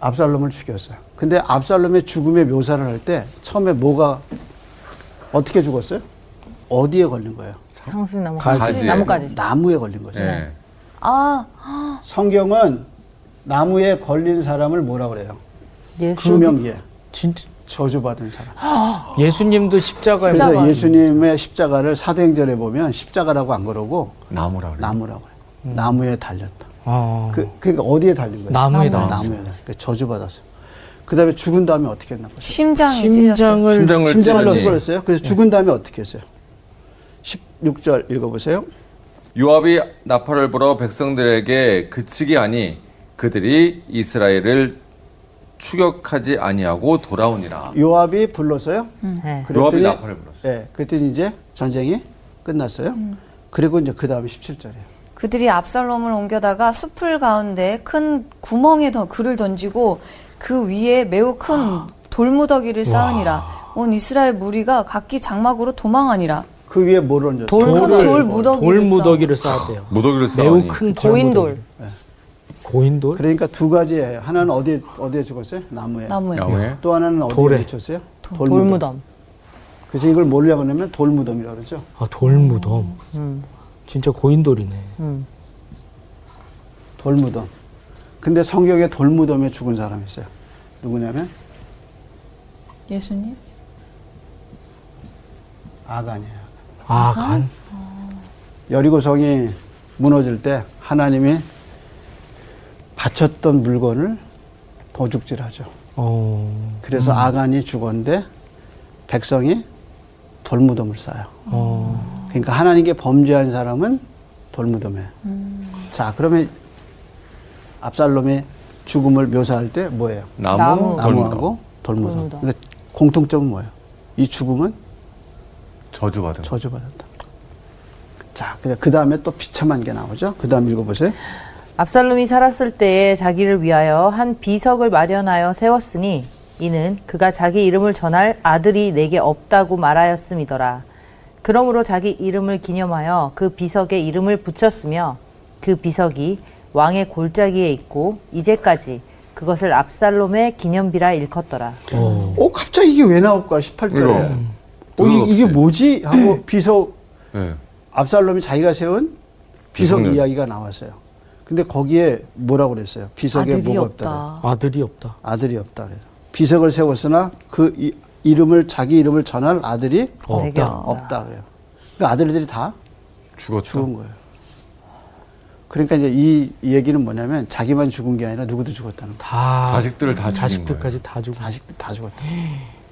Speaker 4: 압살롬을 죽였어요. 근데 압살롬의 죽음의 묘사를 할 때 처음에 뭐가 어떻게 죽었어요? 어디에 걸린 거예요?
Speaker 6: 상수 나무
Speaker 3: 가지.
Speaker 6: 나무까지.
Speaker 4: 나무에 걸린 거죠.
Speaker 3: 예.
Speaker 2: 아,
Speaker 4: 성경은 나무에 걸린 사람을 뭐라 그래요?
Speaker 6: 예수
Speaker 4: 구명기에
Speaker 1: 진짜
Speaker 4: 저주받은 사람.
Speaker 1: 아, 예수님도 십자가에
Speaker 4: 그래서
Speaker 2: 십자가.
Speaker 4: 예수님의 십자가를 사도행전에 보면 십자가라고 안 그러고
Speaker 3: 나무라 그래.
Speaker 4: 나무라고 해요. 나무에 달렸다.
Speaker 1: 어,
Speaker 4: 그, 러니까 어디에 달린 거예요?
Speaker 1: 음. 나무에
Speaker 4: 나무에
Speaker 1: 달렸어요.
Speaker 4: 달렸어요. 그러니까 저주받았어요. 그 다음에 죽은 다음에 어떻게 했나 보세요.
Speaker 2: 심장이 찔렸어요.
Speaker 1: 심장을 예.
Speaker 3: 심장을
Speaker 4: 심장을
Speaker 3: 찔렀지.
Speaker 4: 넣어버렸어요. 그래서 죽은 다음에 어떻게 했어요? 16절 읽어보세요.
Speaker 3: 요압이 나팔을 불어 백성들에게 그치게 하니 그들이 이스라엘을 추격하지 아니하고 돌아오니라.
Speaker 4: 요압이 불러서요.
Speaker 1: 음.
Speaker 6: 네.
Speaker 3: 요압이 나팔을 불었어요.
Speaker 4: 예, 그랬더니 이제 전쟁이 끝났어요.
Speaker 1: 음.
Speaker 4: 그리고 이제 그 다음에 17절이에요.
Speaker 5: 그들이 압살롬을 옮겨다가 숲을 가운데 큰 구멍에 더 그를 던지고 그 위에 매우 큰 돌무더기를 쌓으니라 온 이스라엘 무리가 각기 장막으로 도망하니라
Speaker 4: 그 위에 뭘 얹었어요?
Speaker 5: 돌- 큰
Speaker 1: 돌을-
Speaker 5: 돌 무더기를
Speaker 1: 돌 무더기를 쌓았대요.
Speaker 3: 무더기를
Speaker 1: 매우
Speaker 3: 쌓으니
Speaker 1: 큰
Speaker 6: 고인돌.
Speaker 1: 고인돌.
Speaker 4: 아, 그러니까 두 가지예요. 하나는 어디에, 어디에 죽었어요? 나무에.
Speaker 5: 나무에
Speaker 3: 야외
Speaker 4: 또 하나는 어디에
Speaker 1: 돌에.
Speaker 4: 묻혔어요?
Speaker 6: 돌무덤.
Speaker 4: 그래서 이걸 뭘로 하냐면 돌무덤이라고 그러죠.
Speaker 1: 아, 돌무덤.
Speaker 6: 음,
Speaker 1: 진짜 고인돌이네.
Speaker 4: 돌무덤. 근데 성경에 돌무덤에 죽은 사람이 있어요. 누구냐면
Speaker 5: 예수님
Speaker 4: 아간이에요.
Speaker 1: 아, 간.
Speaker 4: 여리고성이 무너질 때 하나님이 바쳤던 물건을 도둑질하죠.
Speaker 1: 어.
Speaker 4: 그래서 아간이 죽었는데 백성이 돌무덤을 쌓아요.
Speaker 1: 어.
Speaker 4: 그러니까 하나님께 범죄한 사람은 돌무덤에. 자, 그러면 압살롬의 죽음을 묘사할 때 뭐예요?
Speaker 3: 나무,
Speaker 6: 나무.
Speaker 4: 나무하고 돌무덤.
Speaker 6: 돌무덤.
Speaker 4: 그러니까 공통점은 뭐예요? 이 죽음은
Speaker 3: 저주받은 거.
Speaker 4: 저주받았다. 자, 그 다음에 또 비참한 게 나오죠. 그 다음 읽어보세요.
Speaker 6: 압살롬이 살았을 때에 자기를 위하여 한 비석을 마련하여 세웠으니 이는 그가 자기 이름을 전할 아들이 내게 없다고 말하였음이더라. 그러므로 자기 이름을 기념하여 그 비석에 이름을 붙였으며 그 비석이 왕의 골짜기에 있고 이제까지 그것을 압살롬의 기념비라 일컫더라.
Speaker 1: 어.
Speaker 4: 어, 갑자기 이게 왜 나올까? 18절에.
Speaker 3: 음.
Speaker 4: 어, 이, 이게
Speaker 3: 없이.
Speaker 4: 뭐지? 하고 비석,
Speaker 3: 예.
Speaker 4: 압살롬이 자기가 세운 비석
Speaker 3: 비석을.
Speaker 4: 이야기가 나왔어요. 근데 거기에 뭐라고 그랬어요? 비석에
Speaker 2: 아들이
Speaker 4: 뭐가
Speaker 2: 없다.
Speaker 4: 없다.
Speaker 1: 아들이 없다.
Speaker 4: 아들이 없다 그래서 비석을 세웠으나 그 이, 이름을 자기 이름을 전할 아들이
Speaker 6: 내게
Speaker 1: 없다.
Speaker 4: 없다 그래요. 그 아들들이 다
Speaker 3: 죽었죠.
Speaker 4: 죽은 거예요. 그러니까 이제 이 얘기는 뭐냐면 자기만 죽은 게 아니라 누구도 죽었다는 거.
Speaker 1: 다
Speaker 3: 자식들을 다 죽인
Speaker 1: 자식들까지 다 죽은.
Speaker 4: 자식들 다 죽었다.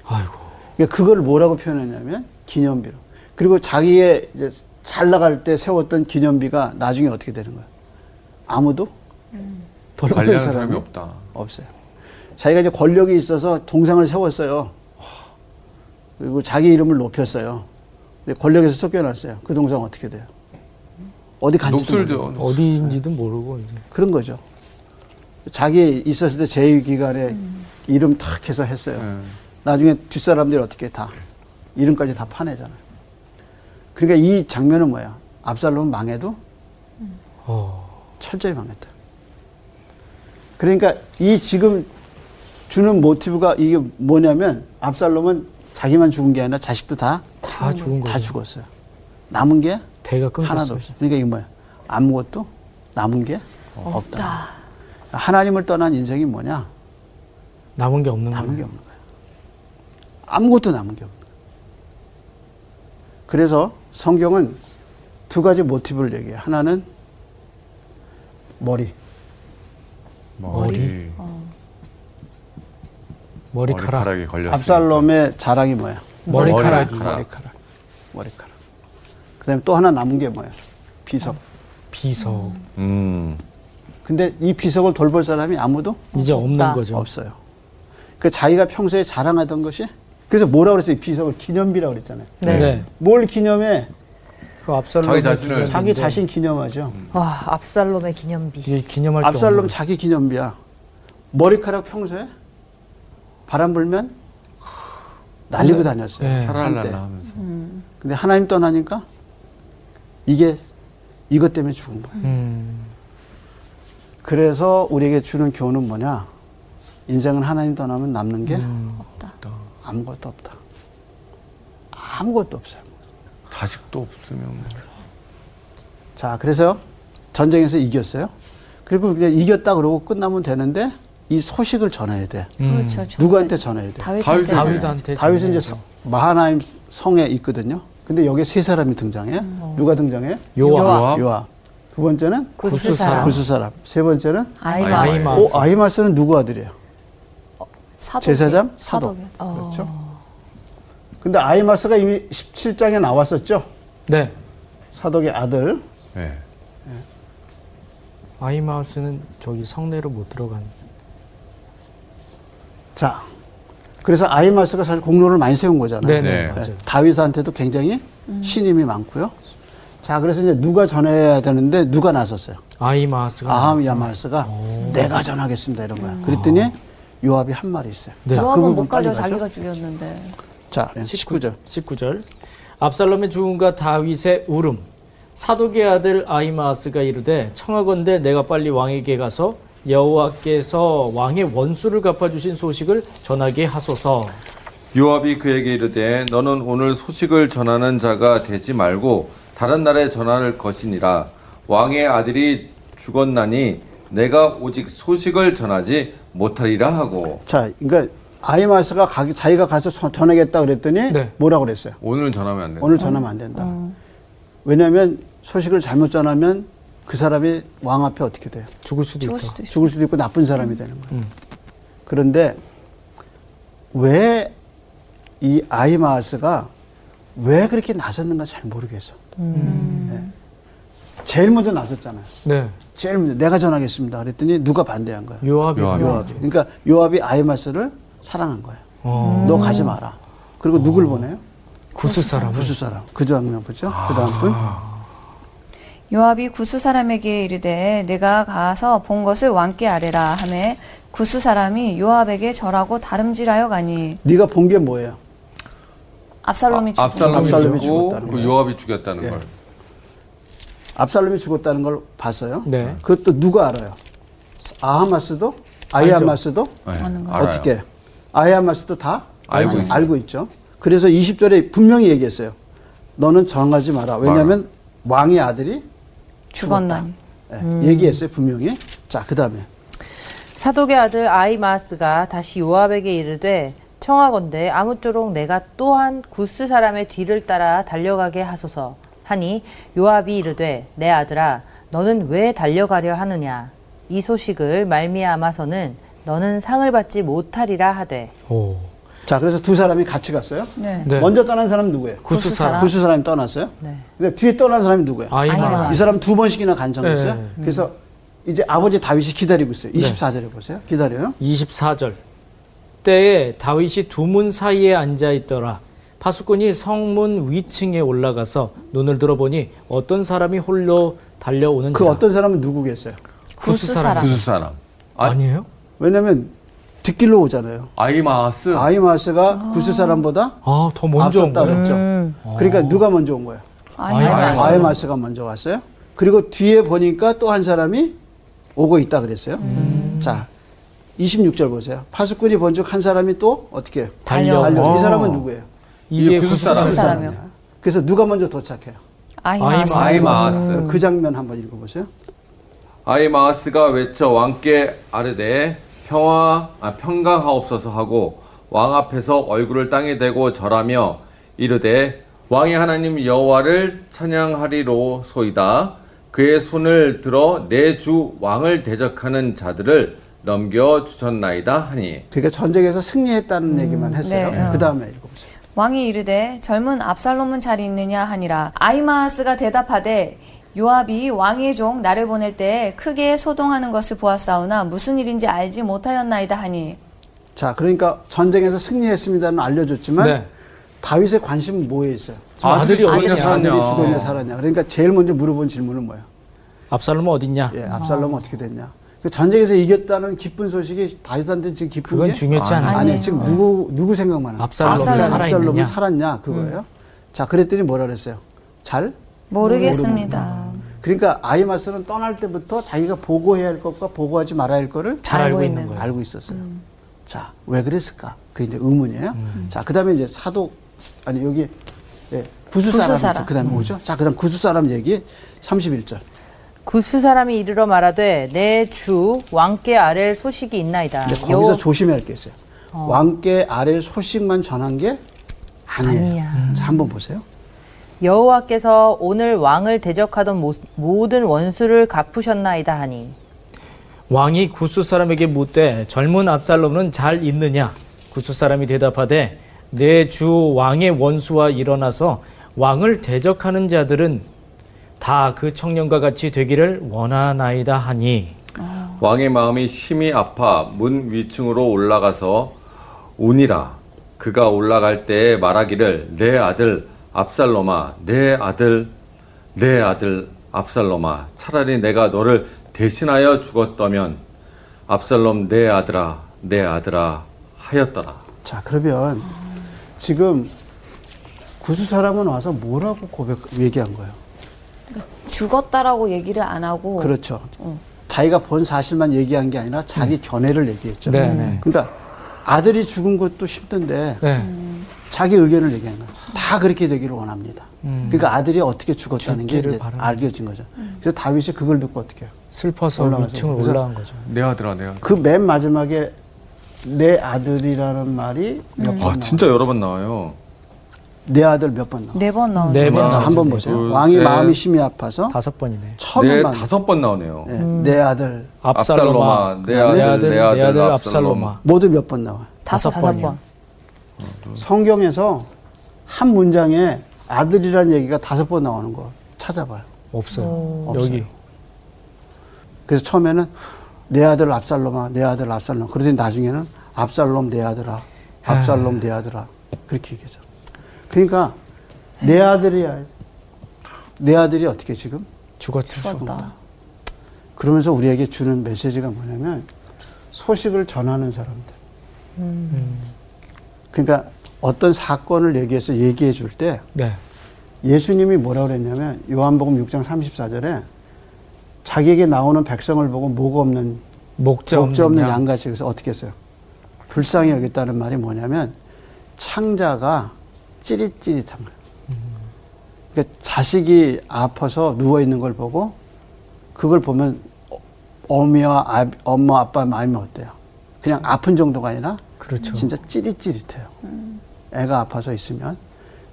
Speaker 1: 아이고.
Speaker 4: 그러니까 그걸 뭐라고 표현했냐면 기념비로. 그리고 자기의 이제 잘 나갈 때 세웠던 기념비가 나중에 어떻게 되는 거야? 아무도 돌아볼
Speaker 3: 관리하는
Speaker 4: 사람이,
Speaker 3: 사람이 없다.
Speaker 4: 없어요. 자기가 이제 권력이 있어서 동상을 세웠어요. 그리고 자기 이름을 높였어요. 근데 권력에서 쫓겨났어요. 그 동상 어떻게 돼요? 어디 간지도 모르고
Speaker 3: 녹슬죠.
Speaker 1: 어디인지도 모르고 이제.
Speaker 4: 그런 거죠. 자기 있었을 때 제휴기간에 이름 탁 해서 했어요.
Speaker 1: 네.
Speaker 3: 예.
Speaker 4: 나중에 뒷사람들이 어떻게 다 이름까지 다 파내잖아요. 그러니까 이 장면은 뭐야? 압살롬 망해도
Speaker 1: 어.
Speaker 4: 철저히 망했다. 그러니까 이 지금 주는 모티브가 이게 뭐냐면 압살롬은 자기만 죽은 게 아니라 자식도 다 다
Speaker 1: 다 죽은 거죠.
Speaker 4: 죽었어요. 남은 게
Speaker 1: 대가
Speaker 4: 하나도
Speaker 1: 끊겼어요.
Speaker 4: 없어요. 그러니까 이게 뭐야? 아무것도 남은 게 없다. 하나님을 떠난 인생이 뭐냐?
Speaker 1: 남은 게 없는
Speaker 4: 남은 게
Speaker 1: 거예요.
Speaker 4: 없는 거야. 아무것도 남은 게 없는 거야. 그래서 성경은 두 가지 모티브를 얘기해. 하나는 머리.
Speaker 3: 머리
Speaker 4: 어.
Speaker 1: 머리카락.
Speaker 3: 머리카락이 걸렸어요.
Speaker 4: 압살롬의 자랑이 뭐야?
Speaker 1: 머리카락이.
Speaker 3: 머리카락.
Speaker 4: 머리카락. 머리카락. 그다음에 또 하나 남은 게 뭐야? 비석.
Speaker 1: 비석.
Speaker 3: 음.
Speaker 4: 근데 이 비석을 돌볼 사람이 아무도
Speaker 1: 이제 없는 거죠.
Speaker 4: 없어요. 그 자기가 평소에 자랑하던 것이 그래서 뭐라고 그랬어요? 이 비석을 기념비라고 그랬잖아요.
Speaker 1: 네.
Speaker 4: 뭘 기념해?
Speaker 1: 그 압살롬
Speaker 3: 자기 자신을.
Speaker 1: 네,
Speaker 4: 자기 자신 기념하죠.
Speaker 1: 음,
Speaker 6: 와, 압살롬의 기념비.
Speaker 1: 기념할 게
Speaker 4: 압살롬
Speaker 1: 없는
Speaker 4: 자기 기념비야. 머리카락 평소에 바람 불면 날리고 다녔어요.
Speaker 1: 네.
Speaker 4: 한때.
Speaker 3: 샤랄랄라 하면서.
Speaker 4: 근데 하나님 떠나니까 이게 이것 때문에 죽은 거예요.
Speaker 1: 거죠. 음.
Speaker 4: 그래서 우리에게 주는 교훈은 뭐냐? 인생은 하나님 떠나면 남는 게
Speaker 1: 음.
Speaker 4: 아무것도 없다. 아무것도 없어요.
Speaker 3: 자식도 없으면 뭐.
Speaker 4: 자, 그래서 전쟁에서 이겼어요. 그리고 그냥 이겼다 그러고 끝나면 되는데 이 소식을 전해야 돼.
Speaker 5: 음.
Speaker 2: 그렇죠.
Speaker 4: 누구한테 전해야 돼?
Speaker 2: 다윗한테
Speaker 3: 다윗-
Speaker 2: 전해요.
Speaker 1: 다윗한테
Speaker 4: 다윗은 이제
Speaker 1: 전해야죠.
Speaker 4: 성- 마하나임 성에 있거든요. 근데 여기에 세 사람이 등장해. 누가 등장해?
Speaker 1: 요아
Speaker 3: 요압.
Speaker 4: 요압. 두 번째는
Speaker 1: 구스 사람.
Speaker 4: 구스 그 사람. 세 번째는
Speaker 5: 아이마.
Speaker 3: 아이마.
Speaker 1: 아이마스.
Speaker 4: 오 아히마스는 누구 아들이에요?
Speaker 2: 사독.
Speaker 4: 제사장?
Speaker 2: 사독.
Speaker 4: 사독.
Speaker 5: 아,
Speaker 4: 그렇죠. 근데 아히마스가 이미 17장에 나왔었죠.
Speaker 1: 네.
Speaker 4: 사독의 아들.
Speaker 3: 네.
Speaker 1: 아이마스는 저기 성내로 못 들어간.
Speaker 4: 자, 그래서 아히마스가 사실 공로를 많이 세운 거잖아요.
Speaker 1: 네네
Speaker 3: 네.
Speaker 1: 맞아요.
Speaker 4: 네, 다윗한테도 굉장히 신임이 많고요. 자, 그래서 이제 누가 전해야 되는데 누가 나섰어요?
Speaker 1: 아이마스가
Speaker 4: 아함 야마스가 내가 전하겠습니다 이런 거야. 그랬더니 요압이 한 말이 있어요.
Speaker 1: 아. 네.
Speaker 4: 자, 그
Speaker 2: 요압은
Speaker 4: 부분
Speaker 2: 못 가죠.
Speaker 4: 빨리 가죠.
Speaker 2: 자기가 죽였는데.
Speaker 4: 자, 19절.
Speaker 1: 19절 압살롬의 죽음과 다윗의 울음 사독의 아들 아히마스가 이르되 청하건대 내가 빨리 왕에게 가서 여호와께서 왕의 원수를 갚아주신 소식을 전하게 하소서
Speaker 3: 요압이 그에게 이르되 너는 오늘 소식을 전하는 자가 되지 말고 다른 날에 전할 것이니라 왕의 아들이 죽었나니 내가 오직 소식을 전하지 못하리라 하고
Speaker 4: 자, 그러니까 아히마스가 가기, 자기가 가서 서- 전하겠다 그랬더니
Speaker 1: 네.
Speaker 4: 뭐라고 그랬어요?
Speaker 3: 오늘 전하면 안 된다.
Speaker 4: 오늘 전하면 안 된다.
Speaker 2: 어.
Speaker 4: 왜냐하면 소식을 잘못 전하면 그 사람이 왕 앞에 어떻게 돼요?
Speaker 1: 죽을 수도
Speaker 2: 죽을
Speaker 1: 있다
Speaker 2: 수도 있어.
Speaker 4: 죽을 수도 있고 나쁜 사람이 되는 거예요.
Speaker 1: 음.
Speaker 4: 그런데 왜 이 아이마스가 왜 그렇게 나섰는가 잘 모르겠어. 네. 제일 먼저 나섰잖아요.
Speaker 1: 네
Speaker 4: 제일 먼저 내가 전하겠습니다. 그랬더니 누가 반대한 거야?
Speaker 1: 요압이
Speaker 3: 요압이.
Speaker 4: 요압이. 그러니까 요압이 아이마스를 사랑한 거야.
Speaker 1: 어,
Speaker 4: 너 가지 마라. 그리고 누굴 보내요?
Speaker 1: 구스 사람 아.
Speaker 4: 구수 사람. 그 장면 보죠. 그 다음 분.
Speaker 5: 요압이 구수 사람에게 이르되 내가 가서 본 것을 왕께 아뢰라 하매 구수 사람이 요압에게 절하고 다름질하여 가니
Speaker 4: 네가 본 게 뭐예요?
Speaker 2: 압살롬이 죽은
Speaker 3: 압살롬이,
Speaker 4: 압살롬이
Speaker 3: 아, 죽고
Speaker 4: 죽었다는
Speaker 3: 그
Speaker 4: 거예요.
Speaker 3: 요압이 죽였다는
Speaker 4: 예.
Speaker 3: 걸.
Speaker 4: 압살롬이 죽었다는 걸 봤어요.
Speaker 1: 네.
Speaker 4: 그것도 누가 알아요? 아하마스도 아이아마스도
Speaker 3: 네, 알아요.
Speaker 4: 어떻게? 아이아마스도 다
Speaker 3: 알고
Speaker 4: 알고,
Speaker 3: 있죠.
Speaker 4: 있죠. 그래서 20절에 분명히 얘기했어요. 너는 정하지 마라. 왜냐하면 왕의 아들이
Speaker 5: 죽었나니
Speaker 4: 예,
Speaker 1: 음.
Speaker 4: 얘기했어요. 분명히. 자, 그 다음에
Speaker 6: 사독의 아들 아이마스가 다시 요압에게 이르되 청하건대 아무쪼록 내가 또한 구스 사람의 뒤를 따라 달려가게 하소서 하니 요압이 이르되 내 아들아 너는 왜 달려가려 하느냐 이 소식을 말미암아서는 너는 상을 받지 못하리라 하되
Speaker 1: 오.
Speaker 4: 자, 그래서 두 사람이 같이 갔어요.
Speaker 5: 네.
Speaker 1: 네.
Speaker 4: 먼저 떠난 사람 누구예요?
Speaker 1: 구스 사람
Speaker 4: 구수 사람이 떠났어요.
Speaker 6: 네.
Speaker 4: 근데 뒤에 떠난 사람이 누구예요?
Speaker 1: 아이마스
Speaker 4: 이 사람 두 번씩이나 간청했어요.
Speaker 1: 네.
Speaker 4: 그래서 이제 아버지 다윗이 기다리고 있어요. 24절에 보세요. 기다려요.
Speaker 1: 24절 때에 다윗이 두 문 사이에 앉아 있더라 파수꾼이 성문 위층에 올라가서 눈을 들어보니 어떤 사람이 홀로 달려오는
Speaker 4: 그 어떤 사람은 누구겠어요?
Speaker 1: 구스
Speaker 2: 구스
Speaker 1: 사람.
Speaker 2: 사람.
Speaker 3: 구수 그 사람. 아,
Speaker 1: 아니에요?
Speaker 4: 왜냐면 뒷길로 오잖아요.
Speaker 3: 아이마스.
Speaker 4: 아이마스가 구스 사람보다
Speaker 1: 아 더 음. 먼저 온
Speaker 4: 앞섰다
Speaker 1: 거예요. 음. 아.
Speaker 4: 그랬죠. 그러니까 누가 먼저 온 거예요?
Speaker 5: 아이마.
Speaker 4: 아이마스가 먼저 왔어요.
Speaker 1: 음.
Speaker 4: 그리고 뒤에 보니까 또 한 사람이 오고 있다 그랬어요. 자, 26절 보세요. 파수꾼이 본즉 한 사람이 또 어떻게 해요?
Speaker 1: 달려.
Speaker 4: 이
Speaker 3: 어.
Speaker 4: 사람은 누구예요?
Speaker 1: 이게
Speaker 3: 이게 구수
Speaker 1: 구수
Speaker 3: 사람.
Speaker 5: 그 사람이요.
Speaker 4: 그래서 누가 먼저 도착해요?
Speaker 5: 아히마스.
Speaker 1: 아이마스.
Speaker 3: 아이마스.
Speaker 4: 그 장면 한번 읽어보세요.
Speaker 3: 아이마스가 외쳐 왕께 아르되 평화 아, 평강하옵소서 하고 왕 앞에서 얼굴을 땅에 대고 절하며 이르되 왕의 하나님 여호와를 찬양하리로소이다 그의 손을 들어 내 주 왕을 대적하는 자들을 넘겨 주셨나이다 하니
Speaker 4: 그러니까 전쟁에서 승리했다는
Speaker 1: 음.
Speaker 4: 얘기만 했어요.
Speaker 5: 네.
Speaker 4: 그 다음에 읽어보세요.
Speaker 5: 왕이 이르되 젊은 압살롬은 자리 있느냐 하니라 아히마스가 대답하되 요압이 왕의 종 나를 보낼 때에 크게 소동하는 것을 보았사오나 무슨 일인지 알지 못하였나이다 하니
Speaker 4: 자, 그러니까 전쟁에서 승리했습니다는 알려줬지만
Speaker 1: 네.
Speaker 4: 다윗의 관심은 뭐에 있어요?
Speaker 1: 아, 아들이 어디냐
Speaker 4: 아들이
Speaker 3: 아니요.
Speaker 4: 죽었냐 살았냐. 그러니까 제일 먼저 물어본 질문은 뭐예요?
Speaker 1: 압살롬은 어딨냐?
Speaker 4: 예,
Speaker 5: 아.
Speaker 4: 압살롬 어떻게 됐냐. 그 전쟁에서 이겼다는 기쁜 소식이 다윗한테 지금 기쁜
Speaker 1: 그건
Speaker 4: 게
Speaker 1: 중요하지
Speaker 3: 아니,
Speaker 1: 않아요.
Speaker 4: 아니 지금 누구 누구 생각만 하는
Speaker 1: 압살롬이
Speaker 5: 압살롬.
Speaker 1: 살아있느냐?
Speaker 4: 압살롬은 살았냐 그거예요.
Speaker 5: 음.
Speaker 4: 자, 그랬더니 뭐라 그랬어요? 잘?
Speaker 5: 모르겠습니다.
Speaker 4: 그러니까 아이마스는 떠날 때부터 자기가 보고해야 할 것과 보고하지 말아야 할 거를
Speaker 1: 잘 알고
Speaker 5: 알고
Speaker 1: 있는
Speaker 5: 있는
Speaker 1: 거예요.
Speaker 4: 알고 있었어요. 자, 왜 그랬을까? 그게 이제 의문이에요. 자, 그 음. 다음에 이제 사도, 아니, 여기, 예, 구수
Speaker 5: 구수
Speaker 4: 사람.
Speaker 5: 사람.
Speaker 4: 그 다음에 뭐죠? 자, 그 다음 구수 사람 얘기 31절.
Speaker 6: 구스 사람이 이르러 말하되 내 주 왕께 아랠 소식이 있나이다.
Speaker 4: 근데 거기서
Speaker 6: 여호-
Speaker 4: 조심해야 할 게 있어요. 왕께 아래 소식만 전한 게 아니에요.
Speaker 6: 아니야.
Speaker 4: 자, 한번 보세요.
Speaker 6: 여호와께서 오늘 왕을 대적하던 모, 모든 원수를 갚으셨나이다 하니
Speaker 1: 왕이 구스 사람에게 묻되 젊은 압살롬은 잘 있느냐? 구스 사람이 대답하되 내 주 왕의 원수와 일어나서 왕을 대적하는 자들은 다 그 청년과 같이 되기를 원하나이다 하니
Speaker 3: 왕의 마음이 심히 아파 문 위층으로 올라가서 우니라 그가 올라갈 때에 말하기를 내 아들 압살롬아 내 아들 내 아들 압살롬아 차라리 내가 너를 대신하여 죽었다면 압살롬 내 아들아 내 아들아 하였더라
Speaker 4: 자, 그러면 지금 구수 사람은 와서 뭐라고 고백, 얘기한 거예요?
Speaker 2: 죽었다라고 얘기를 안
Speaker 5: 어.
Speaker 2: 하고
Speaker 4: 그렇죠. 자기가 본 사실만 얘기한 게 아니라 자기 견해를 얘기했죠.
Speaker 1: 네, 네.
Speaker 4: 그러니까 아들이 죽은 것도 힘든데
Speaker 1: 네.
Speaker 4: 자기 의견을 얘기한 거예요. 다 그렇게 되기를 원합니다. 그러니까 아들이 어떻게 죽었다는 게
Speaker 1: 음. 죽기를
Speaker 4: 이제
Speaker 1: 바라는
Speaker 4: 알려진 거죠. 그래서 다윗이 그걸 듣고 어떻게 해요?
Speaker 1: 슬퍼서
Speaker 4: 올라가서.
Speaker 1: 위층을
Speaker 4: 그래서-
Speaker 1: 올라간 거죠.
Speaker 3: 내 아들아 내 아들
Speaker 4: 그 맨 마지막에 내 아들이라는 말이
Speaker 5: 음.
Speaker 4: 몇 번
Speaker 3: 아 진짜 여러 번 나와요
Speaker 4: 내 아들 몇 번 나와?
Speaker 5: 네 번 나오죠.
Speaker 1: 네 번.
Speaker 4: 자, 한번 보세요.
Speaker 3: 둘,
Speaker 4: 왕이
Speaker 3: 셋.
Speaker 4: 마음이 심히 아파서
Speaker 1: 다섯 번이네.
Speaker 4: 처음에
Speaker 3: 네
Speaker 4: 만
Speaker 3: 다섯 번 나오네요
Speaker 4: 네, 내 아들
Speaker 1: 압살롬아,
Speaker 3: 내 아들,
Speaker 1: 내 아들,
Speaker 3: 내 아들, 압살롬아.
Speaker 4: 모두 몇 번 나와? 요
Speaker 1: 다섯
Speaker 5: 다섯
Speaker 1: 번이요.
Speaker 5: 번.
Speaker 4: 성경에서 한 문장에 아들이라는 얘기가 다섯 번 나오는 거 찾아봐요.
Speaker 1: 없어요.
Speaker 4: 없어요.
Speaker 1: 여기
Speaker 4: 그래서 처음에는 내 아들 압살롬아, 내 아들 압살롬. 그러더니 나중에는 압살롬 내 아들아, 압살롬 내 아들아. 그렇게 얘기하죠. 그러니까 내 아들이야. 내 아들이 어떻게 지금?
Speaker 1: 죽었죠.
Speaker 2: 죽었다.
Speaker 4: 그러면서 우리에게 주는 메시지가 뭐냐면 소식을 전하는 사람들. 그러니까 어떤 사건을 얘기해서 얘기해 줄 때
Speaker 1: 네.
Speaker 4: 예수님이 뭐라 그랬냐면 요한복음 6장 34절에 자기에게 나오는 백성을 보고 뭐가 없는
Speaker 1: 목자
Speaker 4: 목자
Speaker 1: 없는
Speaker 4: 없는
Speaker 1: 양.
Speaker 4: 양같이 그래서 어떻게 했어요? 불쌍히 여겼다는 말이 뭐냐면 창자가 찌릿찌릿한 거예요. 그러니까 자식이 아파서 누워 있는 걸 보고 그걸 보면 어- 어미와 아, 엄마 아빠 마음이 어때요? 그냥 아픈 정도가 아니라
Speaker 1: 그렇죠.
Speaker 4: 진짜 찌릿찌릿해요. 애가 아파서 있으면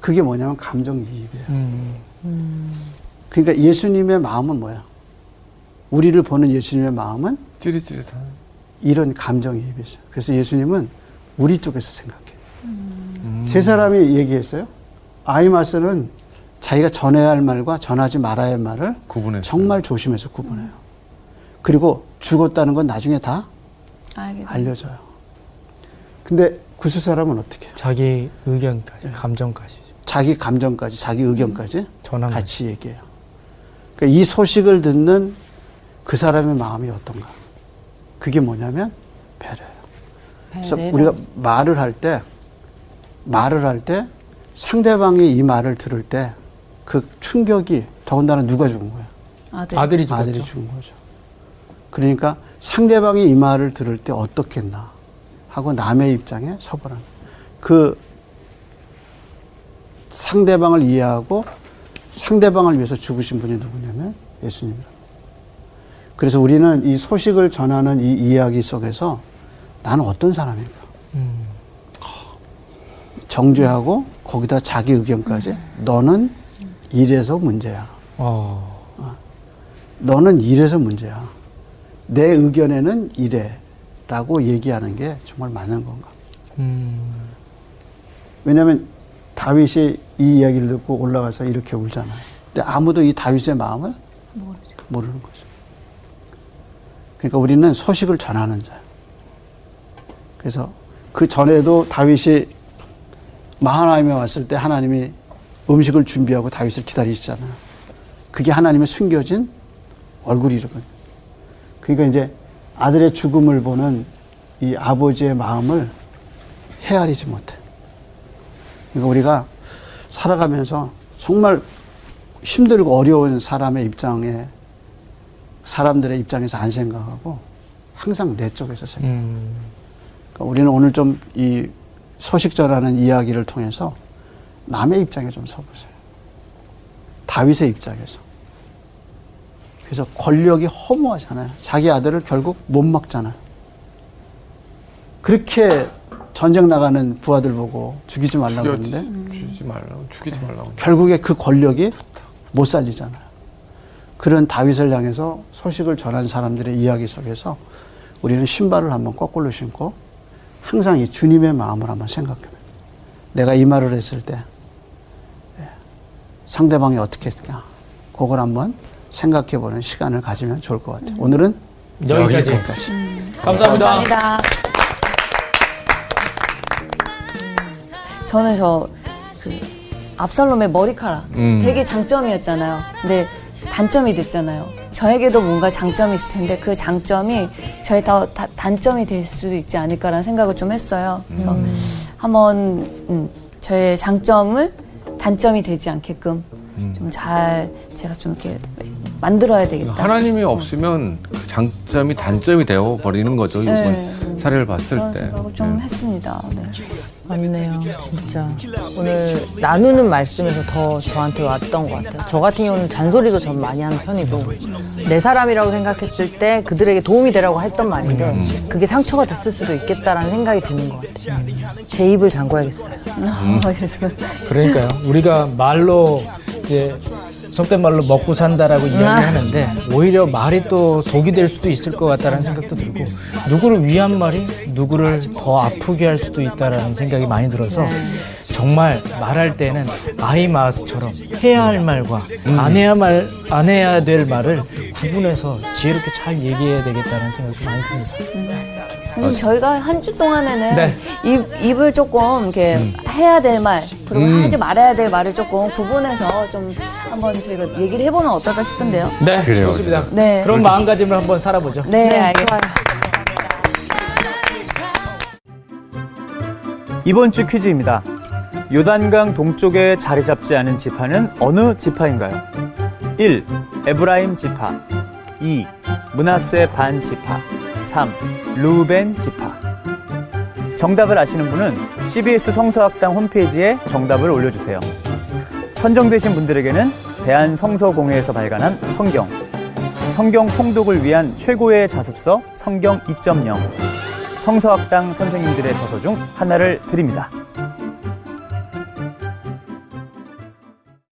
Speaker 4: 그게 뭐냐면 감정이입이에요.
Speaker 1: 음.
Speaker 4: 그러니까 예수님의 마음은 뭐야? 우리를 보는 예수님의 마음은
Speaker 3: 찌릿찌릿한
Speaker 4: 이런 감정이입이 있어요. 그래서 예수님은 우리 쪽에서 생각해요.
Speaker 3: 음.
Speaker 4: 세 사람이 얘기했어요. 아이마스는 자기가 전해야 할 말과 전하지 말아야 할 말을
Speaker 3: 구분했어요.
Speaker 4: 정말 조심해서 구분해요. 그리고 죽었다는 건 나중에 다
Speaker 2: 알겠다.
Speaker 4: 알려져요. 근데 구수 사람은 어떻게 해요?
Speaker 1: 자기 의견까지, 감정까지
Speaker 4: 자기 감정까지, 자기 의견까지
Speaker 1: 전한 거죠.
Speaker 4: 같이 얘기해요. 그러니까 이 소식을 듣는 그 사람의 마음이 어떤가? 그게 뭐냐면 배려예요. 그래서
Speaker 6: 네,
Speaker 4: 우리가 말을 할 때, 말을 할 때 상대방이 이 말을 들을 때 그 충격이 더군다나 누가 죽은 거야?
Speaker 2: 아들.
Speaker 1: 네. 아들이 죽었죠.
Speaker 4: 아들이 죽은 거죠. 그러니까 상대방이 이 말을 들을 때 어떻겠나 하고 남의 입장에 서보라는 그 상대방을 이해하고 상대방을 위해서 죽으신 분이 누구냐면 예수님이라. 그래서 우리는 이 소식을 전하는 이 이야기 속에서 나는 어떤 사람인가.
Speaker 1: 음.
Speaker 4: 정죄하고 거기다 자기 의견까지
Speaker 1: 음.
Speaker 4: 너는 이래서 문제야.
Speaker 1: 어,
Speaker 4: 너는 이래서 문제야. 내 의견에는 이래. 라고 얘기하는 게 정말 맞는 건가.
Speaker 1: 음,
Speaker 4: 왜냐하면 다윗이 이 이야기를 듣고 올라가서 이렇게 울잖아요. 근데 아무도 이 다윗의 마음을 모르는 거죠. 그러니까 우리는 소식을 전하는 자예요. 그래서 그 전에도 다윗이 마하나임에 왔을 때 하나님이 음식을 준비하고 다윗을 기다리시잖아요. 그게 하나님의 숨겨진 얼굴이거든요. 그러니까 이제 아들의 죽음을 보는 이 아버지의 마음을 헤아리지 못해. 그러니까 우리가 살아가면서 정말 힘들고 어려운 사람의 입장에 사람들의 입장에서 안 생각하고 항상 내 쪽에서 생각.
Speaker 1: 음,
Speaker 4: 그러니까 우리는 오늘 좀 이 소식 전하는 이야기를 통해서 남의 입장에 좀 서보세요. 다윗의 입장에서. 그래서 권력이 허무하잖아요. 자기 아들을 결국 못 막잖아요. 그렇게 전쟁 나가는 부하들 보고 죽이지 말라고
Speaker 3: 죽여지-
Speaker 4: 그러는데
Speaker 1: 음.
Speaker 3: 죽이지 말라고 죽이지 말라고.
Speaker 4: 결국에 그 권력이 못 살리잖아요. 그런 다윗을 향해서 소식을 전한 사람들의 이야기 속에서 우리는 신발을 한번 거꾸로 신고 항상 이 주님의 마음을 한번 생각해 봐요. 내가 이 말을 했을 때 예, 상대방이 어떻게 했을까? 그걸 한번 생각해 보는 시간을 가지면 좋을 것 같아요. 오늘은
Speaker 1: 음. 여기까지.
Speaker 4: 여기까지.
Speaker 1: 감사합니다.
Speaker 5: 저는 저그 압살롬의 머리카락
Speaker 3: 음.
Speaker 5: 되게 장점이었잖아요. 근데 단점이 됐잖아요. 저에게도 뭔가 장점이 있을 텐데 그 장점이 저의 더 다- 단점이 될 수도 있지 않을까라는 생각을 좀 했어요. 그래서 한번 음, 저의 장점을 단점이 되지 않게끔
Speaker 1: 음.
Speaker 5: 좀 잘 제가 좀 이렇게 만들어야 되겠다.
Speaker 3: 하나님이 없으면 그 장점이 단점이 되어 버리는 거죠. 이번
Speaker 5: 네.
Speaker 3: 사례를 봤을
Speaker 5: 그런
Speaker 3: 때.
Speaker 5: 생각을 좀
Speaker 3: 네.
Speaker 5: 했습니다. 네.
Speaker 6: 맞네요, 진짜. 오늘 나누는 말씀에서 더 저한테 왔던 것 같아요. 저 같은 경우는 잔소리도 전 많이 하는 편이고, 내 사람이라고 생각했을 때 그들에게 도움이 되라고 했던 말인데,
Speaker 4: 음.
Speaker 6: 그게 상처가 됐을 수도 있겠다라는 생각이 드는 것 같아요. 제 입을 잠궈야겠어요.
Speaker 5: 아, 죄송해요.
Speaker 1: 그러니까요. 우리가 말로 이제 속된 말로 먹고 산다라고 이야기하는데 오히려 말이 또 독이 될 수도 있을 것 같다라는 생각도 들고 누구를 위한 말이 누구를 더 아프게 할 수도 있다라는 생각이 많이 들어서 정말 말할 때는 아이마스처럼 해야 할 말과 안 해야 말 안 해야 될 말을 구분해서 지혜롭게 잘 얘기해야 되겠다는 생각도 많이 듭니다.
Speaker 5: 선생님 음, 저희가 한 주 동안에는
Speaker 1: 네.
Speaker 5: 입, 입을 조금 이렇게 해야 될 말 그리고 하지 말아야 될 말을 조금 구분해서 좀 한번 저희가 얘기를 해보면 어떨까 싶은데요.
Speaker 1: 네,
Speaker 3: 그래요.
Speaker 1: 좋습니다.
Speaker 5: 네.
Speaker 1: 그런 마음가짐을 한번 살아보죠.
Speaker 5: 네, 알겠습니다.
Speaker 7: 이번 주 퀴즈입니다. 요단강 동쪽에 자리 잡지 않은 지파는 어느 지파인가요? 1. 에브라임 지파 2. 문하세 반 지파 3. 루벤 지파 정답을 아시는 분은 CBS 성서학당 홈페이지에 정답을 올려주세요. 선정되신 분들에게는 대한성서공회에서 발간한 성경, 성경 통독을 위한 최고의 자습서 성경 2.0, 성서학당 선생님들의 저서 중 하나를 드립니다.